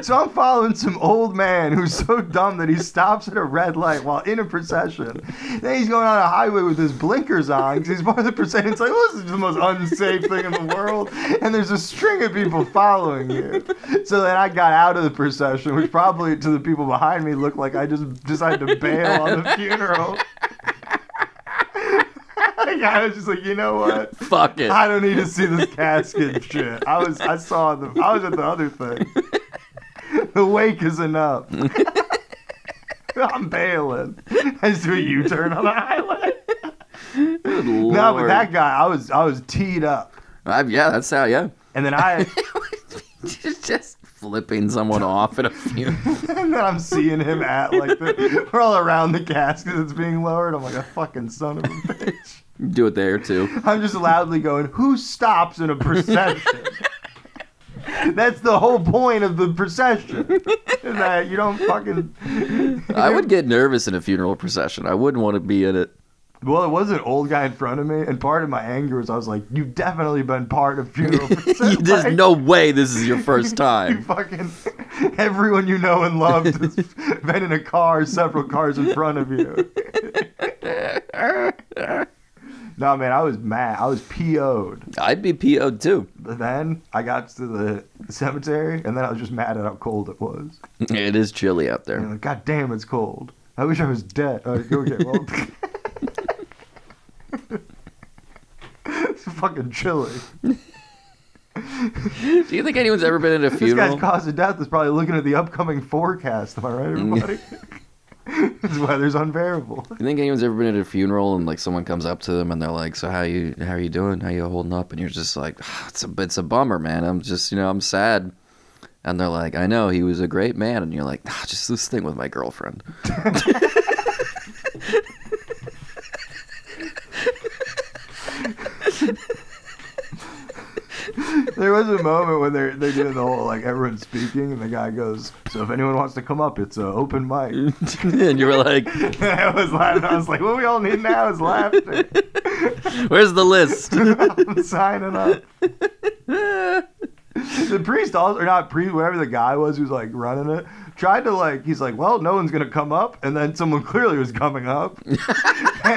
S2: So I'm following some old man who's so dumb that he stops at a red light while in a procession. Then he's going on a highway with his blinkers on because he's part of the procession. It's like, well, this is the most unsafe thing in the world. And there's a string of people following you. So then I got out of the procession, which probably to the people behind me looked like I just decided to bail on the funeral. Like, [laughs] I was just like, you know what?
S1: Fuck it.
S2: I don't need to see this casket shit. I was I saw the I was at the other thing. [laughs] The wake is enough. [laughs] I'm bailing. [laughs] I just do a U-turn on the highway.
S1: Good
S2: No, but
S1: Lord.
S2: that guy, I was I was teed up,
S1: I- yeah, that's how. Yeah,
S2: and then I [laughs]
S1: just, just flipping someone off at a funeral. [laughs]
S2: and then I'm seeing him at like the, we're all around the casket that's being lowered. I'm like a fucking son of a bitch.
S1: Do it there too.
S2: I'm just loudly going, who stops in
S1: [laughs]
S2: a procession? That's the whole point of the procession. Is that you don't fucking.
S1: I would get nervous in a funeral procession. I wouldn't want to be in it.
S2: [laughs] Well, it was an old guy in front of me, and part of my anger was I was like, you've definitely been part of
S1: [laughs]
S2: funeral procession.
S1: There's
S2: [laughs] like,
S1: no way this is your first
S2: [laughs] You
S1: time.
S2: fucking. Everyone you know and loved has [laughs] been in a car, several cars in front of
S1: [laughs]
S2: you. [laughs] no, man, I was mad. I was PO'd.
S1: I'd be PO'd too. [laughs]
S2: But then I got to the cemetery, and then I was just mad at how cold it was.
S1: It is chilly out
S2: And I'm
S1: there.
S2: like, God damn, it's cold. I wish I was dead. Uh, go get well. [laughs] it's fucking chilly.
S1: Do you think anyone's ever been at a
S2: This
S1: funeral?
S2: guy's cause of death is probably looking at the upcoming forecast. Am I right, everybody? [laughs] this weather's unbearable.
S1: You think anyone's ever been at a funeral and like someone comes up to them and they're like, "So how you how you doing? How you holding up?" And you're just like, "Ah, "It's a it's a bummer, man. I'm just you know I'm sad." And they're like, "I know he was a great man," and you're like, ah, "Just this thing with my girlfriend." [laughs]
S2: There was a moment when they're they're doing the whole like everyone's speaking, and the guy goes, "So if anyone wants to come up, it's an open mic."
S1: Mm. and you were like,
S2: [laughs] I was laughing. I was like, "What we all need now is laughter."
S1: "Where's the list?" [laughs]
S2: I'm [laughs] signing up. The priest also, or not priest, whatever the guy was who's like running it, tried to like, he's like, well, no one's gonna come up, and then someone [laughs] clearly was coming
S1: [laughs]
S2: up, and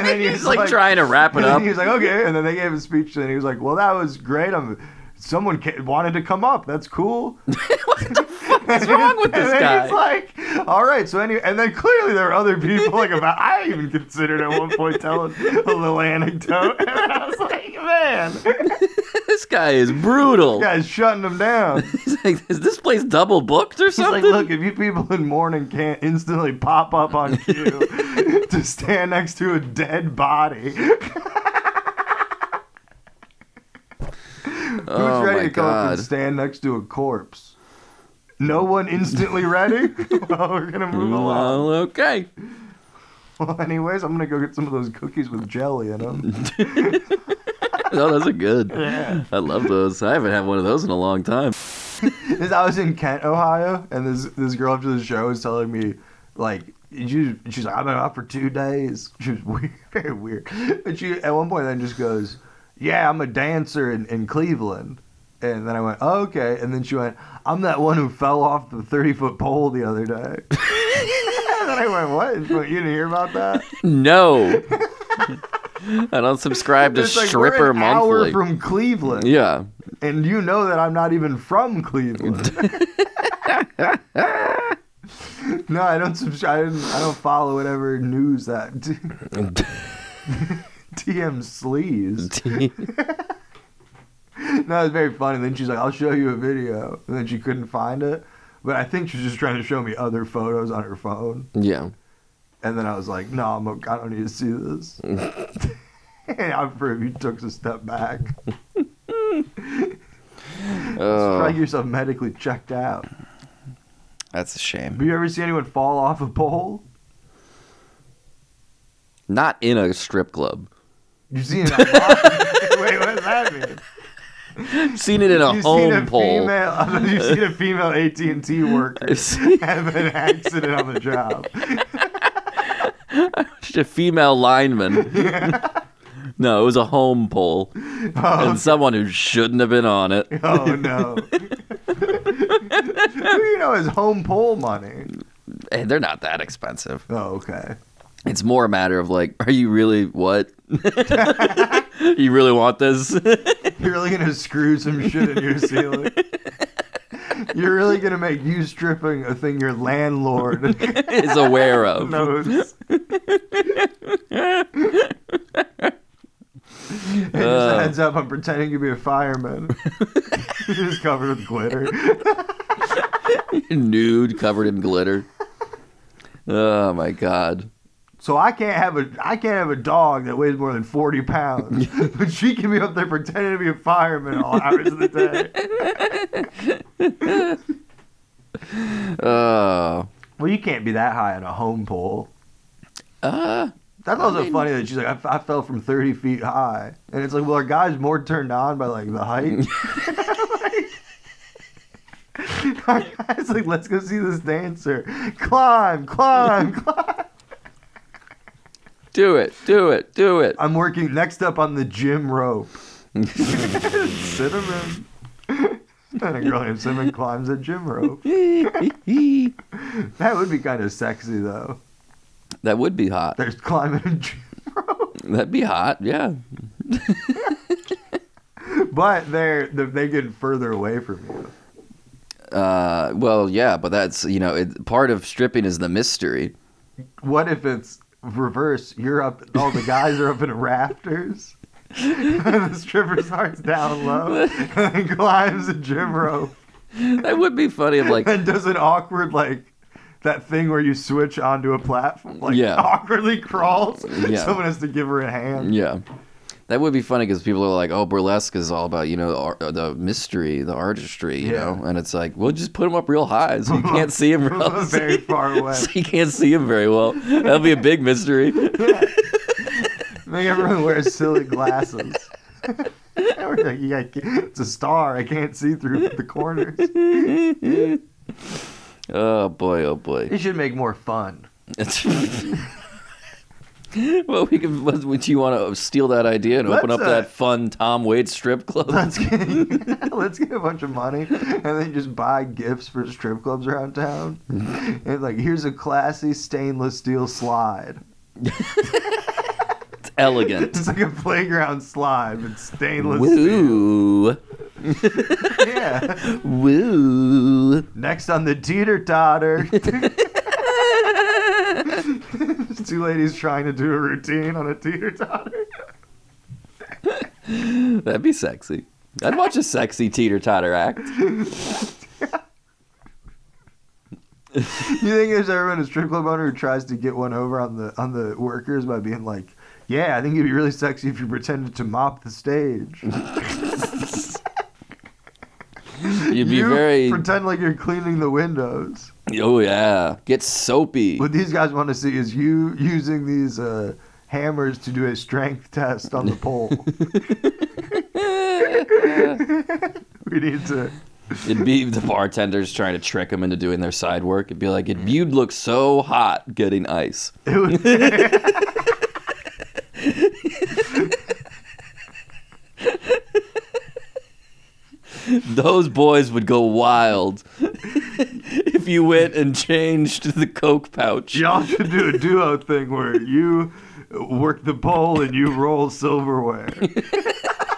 S2: then he's,
S1: He's like, trying to wrap it
S2: [laughs] and then
S1: up. [laughs]
S2: he was like, okay, and then they gave a speech, and he was like, well, that was great. I'm, someone ca- wanted to come up. That's cool.
S1: [laughs]
S2: [laughs]
S1: What's wrong with this
S2: and then
S1: guy?
S2: [laughs] He's like, all right, so any, and then clearly there are other people like about. I even considered at one point
S1: [laughs]
S2: telling a little anecdote, [laughs] and then I was like, man,
S1: [laughs] this guy is brutal.
S2: guys, shutting them down.
S1: [laughs] He's like, "Is this place double booked or
S2: He's
S1: something?"
S2: like, look, if you people in mourning can't instantly pop
S1: [laughs]
S2: up on cue to stand next to a dead body,
S1: oh
S2: who's
S1: Oh
S2: ready
S1: my
S2: to come up
S1: god.
S2: and stand next to a corpse? No one instantly ready? [laughs] well, we're gonna move along.
S1: Well, okay.
S2: Well, anyways, I'm gonna go get some of those cookies with jelly in them.
S1: [laughs] No, Oh, those are good. I love those. I haven't had one of those in a long time.
S2: this, I was in Kent, Ohio, and this this girl after the show was telling me, like, she, she's like, I've been out for two days. [laughs] She was weird, very weird. And she at one point then just goes, Yeah, I'm a dancer in, in Cleveland. And then I went, oh, okay. And then she went, I'm that one who fell off the 30 foot pole the other day. [laughs] and then I went, What? And she went, You didn't hear about that? [laughs]
S1: No. I don't subscribe to
S2: It's like, we're
S1: Stripper
S2: an hour
S1: Monthly.
S2: from Cleveland.
S1: yeah. [laughs]
S2: and you know that I'm not even from Cleveland. [laughs] no, I don't subscribe. I, didn't- I don't follow whatever news that [laughs] t- TM
S1: [laughs]
S2: sleaze. No, it's very funny. Then she's like, "I'll show you a video," and then she couldn't find it. But I think she was just trying to show me other photos on her phone.
S1: yeah.
S2: And then I was like, "No, I'm okay. I don't need to see this." [laughs] And I prove you took a step back. Try to get
S1: Oh,
S2: yourself medically checked out.
S1: that's a shame.
S2: Have you ever seen anyone fall off a pole?
S1: Not in a strip club.
S2: You've seen it. on- [laughs] Wait, what does that mean?
S1: Seen it in a
S2: You've seen a
S1: home pole.
S2: female.
S1: [laughs]
S2: [laughs] You've seen a female AT and T worker
S1: I've seen
S2: have an accident on
S1: [laughs]
S2: the job.
S1: a female
S2: [laughs]
S1: lineman. no, it was a home pole.
S2: Oh,
S1: [laughs]
S2: [laughs]
S1: And someone who shouldn't have been on it.
S2: oh no! you know his home pool money.
S1: Eh, They're not that expensive.
S2: Oh, okay.
S1: It's more a matter of like, are you really
S2: [laughs]
S1: what? [laughs] you really want this?
S2: You're really gonna screw some shit in
S1: [laughs]
S2: your ceiling. You're really gonna make you stripping a thing
S1: [laughs]
S2: your landlord
S1: Is aware of.
S2: knows. and just
S1: Uh.
S2: a heads up, I'm pretending to be a fireman. [laughs] just covered with glitter.
S1: Nude, covered in glitter. Oh my god.
S2: So I can't have a I can't have a dog that weighs more than forty pounds. but she can be up there pretending to be a fireman all hours of the day.
S1: Oh.
S2: Well, you can't be that high on a home pole.
S1: Uh,
S2: That's also funny that she's like, I, f- I fell from 30 feet high. And it's like, well, our guy's more turned on by, like, the height. [laughs] like, our guy's like, let's go see this dancer. Climb, climb, climb.
S1: do it, do it, do [laughs] it.
S2: I'm working next up on the gym rope. Cinnamon. and a girl named Cinnamon climbs a gym rope.
S1: that
S2: That would be kind of sexy, though.
S1: would be hot.
S2: There's climbing a gym [laughs] rope.
S1: That'd be hot, yeah.
S2: But they're, they're, they get further away from you.
S1: Uh, well, yeah, but that's, you know, it, part of stripping is the mystery.
S2: What if it's reverse? You're up. All the guys are up in rafters. [laughs] the stripper starts down low [laughs] and climbs a gym rope
S1: That would be funny if, like,
S2: and does an awkward like that thing where you switch onto a platform. Like
S1: Yeah.
S2: awkwardly crawls.
S1: Yeah.
S2: Someone has to give her a hand.
S1: yeah. That would be funny because people are like, oh, burlesque is all about, you know, the, ar- uh, the mystery, the artistry, you
S2: Yeah.
S1: know? And it's like, well, just put him up real high so you can't see him real [laughs]
S2: [laughs] Very far away.
S1: So you can't see him very well. That'll be a big mystery. [laughs]
S2: Make everyone wear silly glasses. [laughs] We're like, "Yeah, I can't- it's a star. I can't see through the corners.
S1: oh, boy, oh, boy. [laughs]
S2: It should make more fun.
S1: well, we can. let's- Would you want to steal that idea and open
S2: Let's,
S1: up
S2: uh,
S1: that fun Tom Waits strip club?
S2: Let's get, [laughs] let's get a bunch of money and then just buy gifts for strip clubs around town. And like, here's a classy stainless steel slide.
S1: It's elegant.
S2: [laughs] It's like a playground slide, but stainless steel.
S1: Woo,
S2: Yeah.
S1: woo. [laughs]
S2: Next on the teeter totter. [laughs] Two ladies trying to do a routine on a teeter totter.
S1: [laughs] That'd be sexy. I'd watch a sexy teeter totter act.
S2: You think there's ever been a strip club owner who tries to get one over on the on the workers by being like, "Yeah, I think it'd be really sexy if you pretended to mop the stage."
S1: You'd be
S2: you
S1: very.
S2: pretend like you're cleaning the windows.
S1: oh yeah, get soapy.
S2: What these guys want to see is you using these uh, hammers to do a strength
S1: [laughs]
S2: test on the pole. we need to.
S1: [laughs] It'd be the bartenders trying to trick them into doing their side work. It'd be like, it, you'd look so hot getting ice.
S2: It would,
S1: Those boys would go wild [laughs] if you went and changed the Coke pouch.
S2: y'all should do a duo thing where you work the pole and you roll silverware. and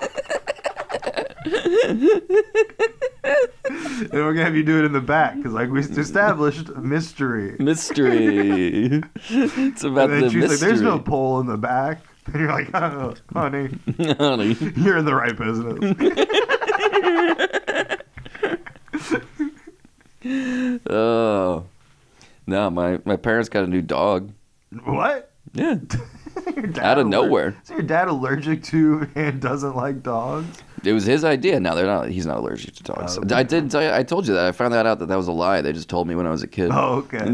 S2: we're gonna have you do it in the back because, like we established, mystery.
S1: Mystery. It's about
S2: And then
S1: the
S2: she's
S1: mystery.
S2: like, "There's no pole in the back." And you're like, "Oh, honey,
S1: Honey,
S2: you're in the right [laughs] business."
S1: [laughs] Oh. No, my, my parents got a new dog.
S2: what?
S1: Yeah.
S2: Your dad
S1: Out of
S2: aller-
S1: nowhere.
S2: Is your dad allergic to [laughs] and doesn't
S1: [laughs]
S2: like dogs?
S1: It was his idea. Now they're not. He's not allergic to dogs.
S2: Oh, okay.
S1: I did. Tell you, I told you that. I found that out that that was a lie. They just told me when I was a kid.
S2: Oh, okay.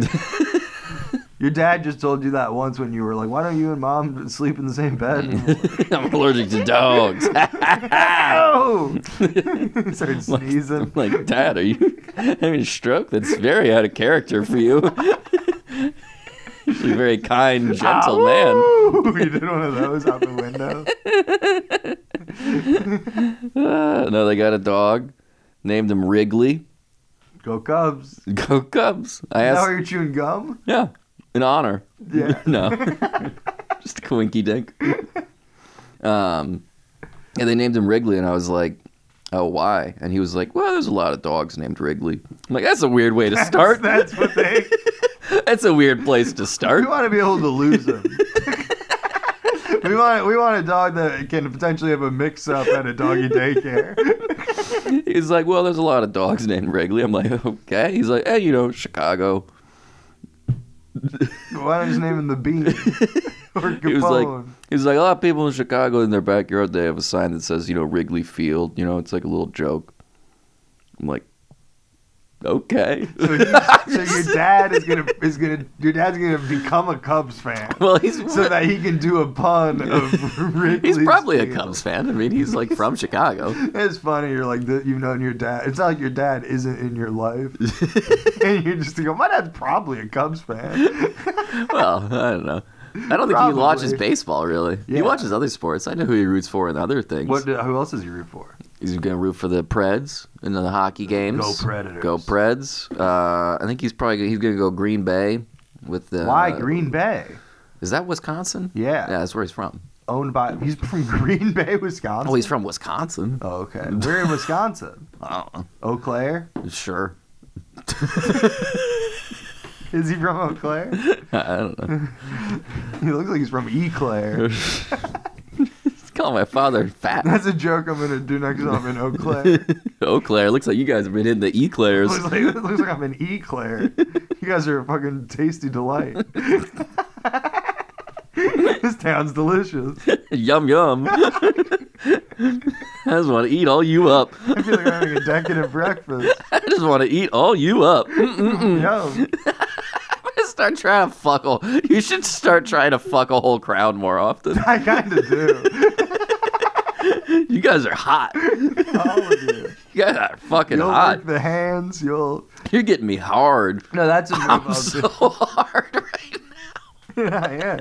S2: your dad just told you that once when you were like, "Why don't you and mom sleep in the same
S1: [laughs]
S2: bed?" [laughs] anymore?"
S1: [laughs] I'm allergic to dogs.
S2: oh! [laughs] he started [laughs] sneezing.
S1: [laughs]
S2: [laughs]
S1: like, Dad, are you having a stroke? That's very out of character for you. Usually, very kind, gentle man.
S2: Ow! [laughs] We did one of those out
S1: [laughs]
S2: the window.
S1: Ah, Uh, no, they got a dog, named him Wrigley.
S2: Go Cubs.
S1: Go Cubs. I
S2: Now
S1: asked.
S2: you're chewing gum?
S1: Yeah, in honor.
S2: Yeah.
S1: [laughs]
S2: [laughs]
S1: no, just a quinky dink. Um, and they named him Wrigley, and I was like, "Oh, why?" And he was like, "Well, there's a lot of dogs named Wrigley." I'm like, "That's a weird way to start.
S2: [laughs] That's, that's what they.
S1: [laughs] That's a weird place to
S2: [laughs]
S1: start." [laughs]
S2: We want to be able to lose them. we want we want a dog that can potentially have a mix up at a doggy
S1: [laughs]
S2: daycare.
S1: He's like, "Well, there's a lot of dogs named Wrigley." I'm like, "Okay." He's like, "Hey, you know,
S2: [laughs]
S1: Chicago."
S2: Why don't you just name him the Bean or
S1: He was like,
S2: Capone?
S1: he was like, a lot of people in Chicago in their backyard they have a sign that says, you know, Wrigley Field. You know, it's like a little joke. I'm like, okay.
S2: [laughs]
S1: [laughs]
S2: So, you, so your dad is gonna is gonna your dad's gonna become a Cubs fan
S1: [laughs] well, he's
S2: so that he can do a pun of Wrigley's
S1: [laughs] he's probably a
S2: Field.
S1: Cubs fan. I mean, he's like from
S2: [laughs]
S1: Chicago.
S2: It's funny. You're like that. You've known your dad. It's not like your dad isn't in
S1: [laughs]
S2: your life, and you just think, my dad's probably a Cubs fan.
S1: [laughs] Well, I don't know. I don't think
S2: Probably.
S1: he watches baseball really.
S2: Yeah.
S1: He watches other sports. I know who he roots for and other things.
S2: What? do- Who else does he root for?
S1: He's gonna root for the Preds in the hockey games.
S2: Go Predators.
S1: Go Preds. Uh, I think he's probably he's gonna go Green Bay with the
S2: Why Green Bay?
S1: Is that Wisconsin?
S2: Yeah.
S1: Yeah, that's where he's from.
S2: Owned by. He's from [laughs] Green Bay, Wisconsin.
S1: Oh, he's from Wisconsin.
S2: Oh, okay. We're in Wisconsin. [laughs]
S1: Oh,
S2: Eau Claire.
S1: sure.
S2: Is he from Eau Claire?
S1: [laughs] I don't know.
S2: He looks like he's from Eau
S1: [laughs]
S2: Claire.
S1: Call my father fat.
S2: That's a joke I'm gonna do next time I'm in Eau
S1: [laughs]
S2: Claire.
S1: Eau Claire. Looks like you guys have been hitting the E eclairs.
S2: Looks like, looks like I'm in E Claire. You guys are a fucking tasty delight. [laughs] this town's delicious.
S1: yum yum. [laughs] I just want to eat all you up. [laughs]
S2: I feel like I'm having a decadent breakfast.
S1: I just want to eat all you up. Mm-mm-mm.
S2: Yum.
S1: I'm gonna start trying to fuck all. You should start trying to fuck a whole crowd more often.
S2: I kind of do.
S1: You guys are hot. You
S2: All of you.
S1: guys are fucking
S2: You'll
S1: hot.
S2: work the hands. You'll.
S1: You're getting me hard.
S2: No, that's a move.
S1: I'm
S2: I'll
S1: so [laughs] hard right
S2: do. [laughs] yeah.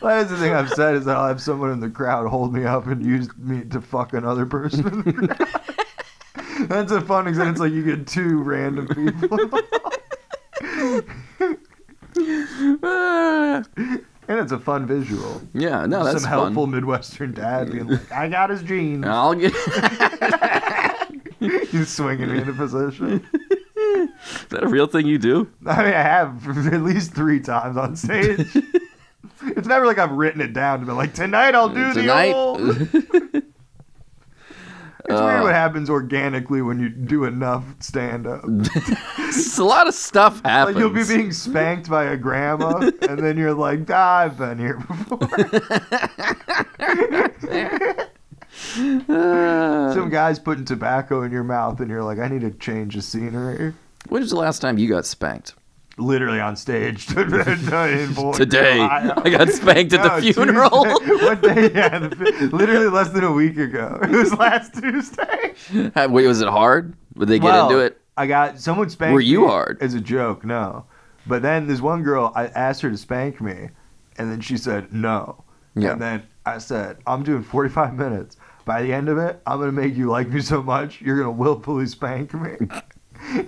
S2: That is the thing I've said is that I'll have someone in the crowd hold me up and use me to fuck another person. in the crowd. [laughs] That's a fun example. It's like you get two random people, [laughs]
S1: now.
S2: and it's a fun visual.
S1: Yeah, no, that's
S2: Some
S1: fun.
S2: helpful Midwestern dad being like, "I got his jeans."
S1: I'll get.
S2: [laughs]
S1: [laughs]
S2: He's swinging me into position.
S1: Is that a real thing you do?
S2: I mean, I have at least three times
S1: [laughs]
S2: on stage. it's never like I've written it down to be like, tonight I'll do the old. It's
S1: Uh,
S2: weird what happens organically when you do enough stand up.
S1: [laughs] it's a lot of stuff happens.
S2: Like you'll be being spanked by a grandma, and then you're like, ah, I've been here
S1: [laughs]
S2: before.
S1: [laughs] Uh,
S2: Some guy's putting tobacco in your mouth, and you're like, I need to change the scenery.
S1: when was the last time you got spanked? [laughs]
S2: Literally on stage [laughs] in Boulder,
S1: Today,
S2: Ohio.
S1: I got spanked at
S2: No,
S1: the funeral.
S2: Tuesday. [laughs] what day? Yeah, the, fu- literally less than a week ago. [laughs] It was last Tuesday.
S1: Wait, was it hard? Would they get
S2: Well,
S1: into it?
S2: I got someone spanked.
S1: Were you
S2: me
S1: hard?
S2: As a joke, no. But then this one girl, I asked her to spank me, and then she said no.
S1: Yeah.
S2: And then I said, I'm doing 45 minutes. By the end of it, I'm gonna make you like me so much, you're gonna willfully spank me. [laughs]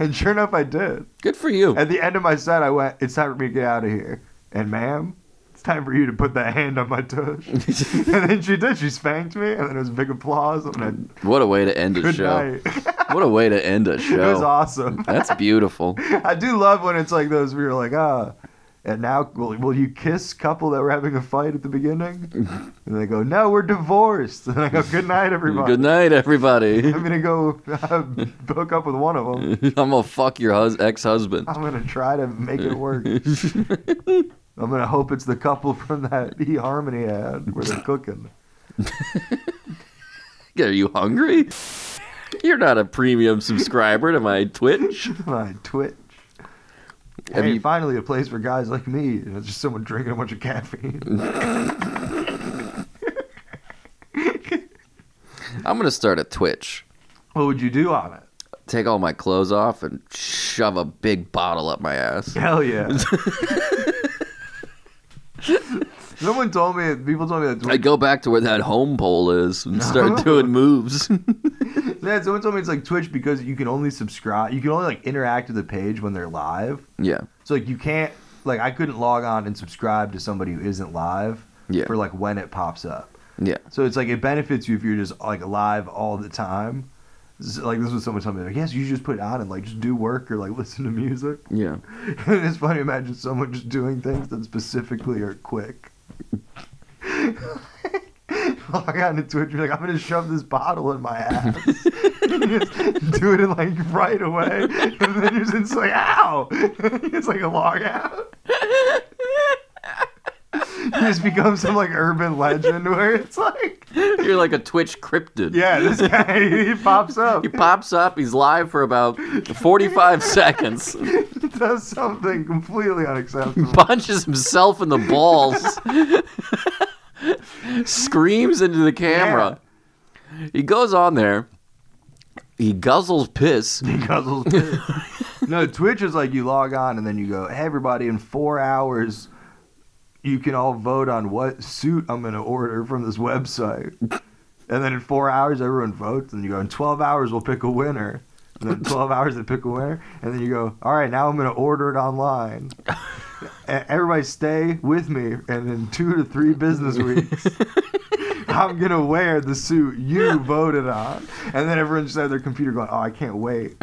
S2: and sure enough, I did.
S1: Good for you.
S2: At the end of my set, I went, "It's time for me to get out of here." And ma'am, it's time for you to put that hand on my
S1: [laughs]
S2: tush. and then she did. She spanked me, and then it was big applause and then
S1: What a way to end a
S2: good
S1: show.
S2: night. [laughs]
S1: What a way to end a
S2: it was
S1: show.
S2: awesome.
S1: That's beautiful.
S2: I do love when it's like those where you're like, ah. And now, will, will you kiss couple that were having a fight at
S1: [laughs]
S2: the beginning? And they go, no, we're divorced. [laughs] And I go, good night, [laughs] everybody.
S1: Good night, everybody. [laughs]
S2: I'm going to go uh, hook up with one of them.
S1: I'm gonna fuck your hus- ex-husband.
S2: I'm gonna try to make
S1: [laughs]
S2: it work. I'm gonna hope it's the couple from that [laughs] eHarmony ad where they're cooking. [laughs]
S1: Are you hungry? [laughs] You're not a premium subscriber to my Twitch.
S2: My Twitch.
S1: Have
S2: hey,
S1: you-
S2: finally a place for guys like me. And it's just someone drinking a bunch
S1: [laughs]
S2: of caffeine.
S1: I'm gonna start a Twitch.
S2: what would you do on it?
S1: Take all my clothes off and shove a big bottle up my ass.
S2: Hell yeah. Someone told me. People told me that.
S1: I go back to where that home pole is
S2: [laughs]
S1: and start doing moves. [laughs]
S2: Yeah, someone told me it's like Twitch because you can only subscribe. You can only like interact with the page when they're live.
S1: yeah,
S2: So like you can't like I couldn't log on and subscribe to somebody who isn't live
S1: Yeah.
S2: for like when it pops up.
S1: yeah.
S2: So it's like it benefits you if you're just like live all the time. This is- Like this was someone told me like yes you just put it on and like just do work or like [laughs] listen to music.
S1: Yeah.
S2: And [laughs] it's funny imagine someone just doing things that specifically are quick. [laughs] Log on to Twitch, you're like, I'm gonna shove this bottle in my ass. [laughs] Just do it in like right away, [laughs] and then you're just like, ow! [laughs] it's like a log out. [laughs] You just become some like urban legend where it's like,
S1: You're like a Twitch cryptid.
S2: yeah, this guy [laughs] he pops up,
S1: He pops up. He's live for about
S2: [laughs]
S1: 45 seconds.
S2: does something completely unacceptable.
S1: Punches himself in the balls. [laughs] screams into the camera. He goes on there. He guzzles piss.
S2: He guzzles too. no, Twitch is like you log on and then you go, hey, everybody, in four hours, you can all vote on what suit I'm going to order from this website. And then in four hours, everyone votes, and you go, in 12 hours, we'll pick a winner. And then 12 hours, they pick a winner. And then you go, all right, now I'm going to order it
S1: [laughs]
S2: online. E- Everybody stay with me, and in two to three
S1: [laughs]
S2: business weeks, I'm gonna wear the suit you voted on. And then everyone just had their computer going, Oh, I
S1: [laughs]
S2: can't wait.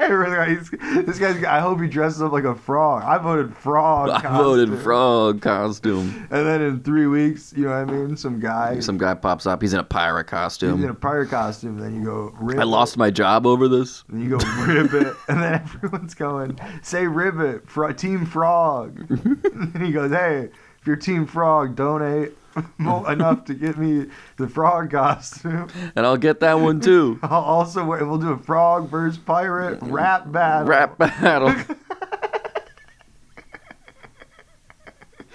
S2: Everyone's like, "He's- this guy's I hope he dresses up like a frog. I voted frog.
S1: I
S2: costume.
S1: voted frog costume.
S2: And then in three weeks, you know what I mean? Some guy
S1: Some guy pops up. He's in a pirate
S2: he's in
S1: costume.
S2: a pirate costume, then you go rip
S1: I
S2: it.
S1: lost my job over this.
S2: and you go rib it, and then everyone's going, say rib it, fro- Team Frog. and then he goes, hey, if you're Team Frog, donate mo- enough to get me the frog costume.
S1: And I'll get that one
S2: [laughs]
S1: too.
S2: I'll also wear, we'll do a frog versus pirate rap battle.
S1: Rap battle.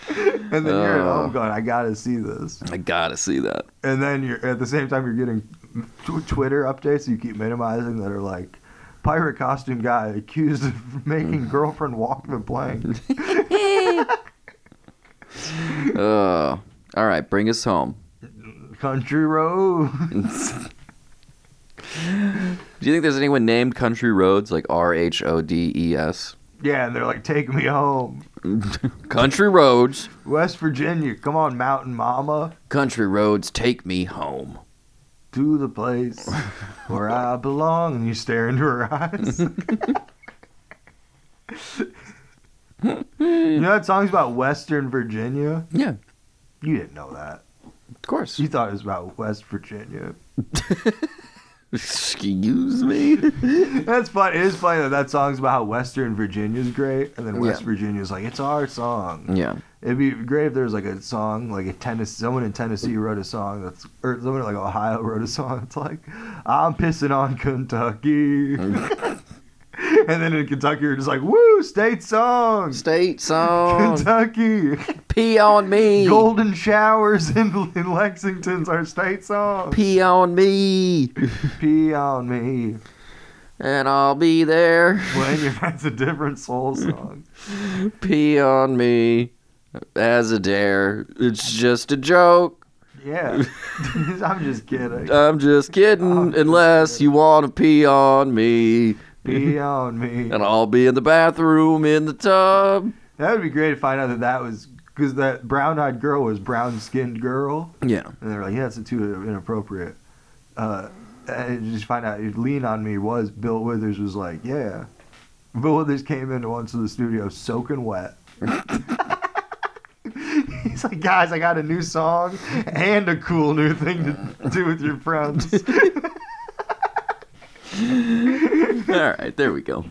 S2: And then you're at
S1: Uh.
S2: home going, I gotta see this.
S1: I gotta see that.
S2: And then you're at the same time you're getting tw- Twitter updates you keep minimizing that are like. Pirate costume guy accused of [laughs] making girlfriend walk the plank. [laughs]
S1: Uh, all right, bring us home. [laughs]
S2: Country road.
S1: Do you think there's anyone named Country Roads like R H O D E S?
S2: Yeah, and they're like, take me home.
S1: Country Roads,
S2: West Virginia, come on, Mountain Mama,
S1: Country Roads, take me home.
S2: to the place where I belong. And you stare into her eyes. you know that song's about Western Virginia?
S1: Yeah,
S2: You didn't know that.
S1: of course.
S2: You thought it was about West Virginia.
S1: [laughs] Excuse me.
S2: That's funny. It is funny that that song's about how Western Virginia's great, and then West
S1: Yeah.
S2: Virginia's like, it's our song.
S1: yeah,
S2: It'd be great if there was like a song, like a Tennessee, someone in Tennessee wrote a song that's, or someone in like Ohio [laughs] wrote a song. It's like, I'm pissing on Kentucky. [laughs] and then in Kentucky, you're just like, woo, state song,
S1: state
S2: [laughs]
S1: song.
S2: Kentucky.
S1: Pee on me.
S2: Golden showers in, in Lexington's our state song.
S1: Pee on me,
S2: Pee on me.
S1: and I'll be there.
S2: When you that's a different soul song.
S1: Pee on me, as a dare. It's just a joke.
S2: Yeah. [laughs] I'm just kidding.
S1: I'm just kidding, unless you want to pee on me.
S2: Pee on me.
S1: And I'll be in the bathroom in the tub.
S2: That would be great to find out that that was because that brown-eyed girl was brown-skinned girl,
S1: Yeah.
S2: and they were like, "Yeah, that's too inappropriate." Uh, and you just find out, you lean on me was Bill Withers was like, "Yeah." Bill Withers came in once to the studio soaking wet. [laughs] He's like, guys, I got a new song and a cool new thing to do with your friends.
S1: All right, there we go.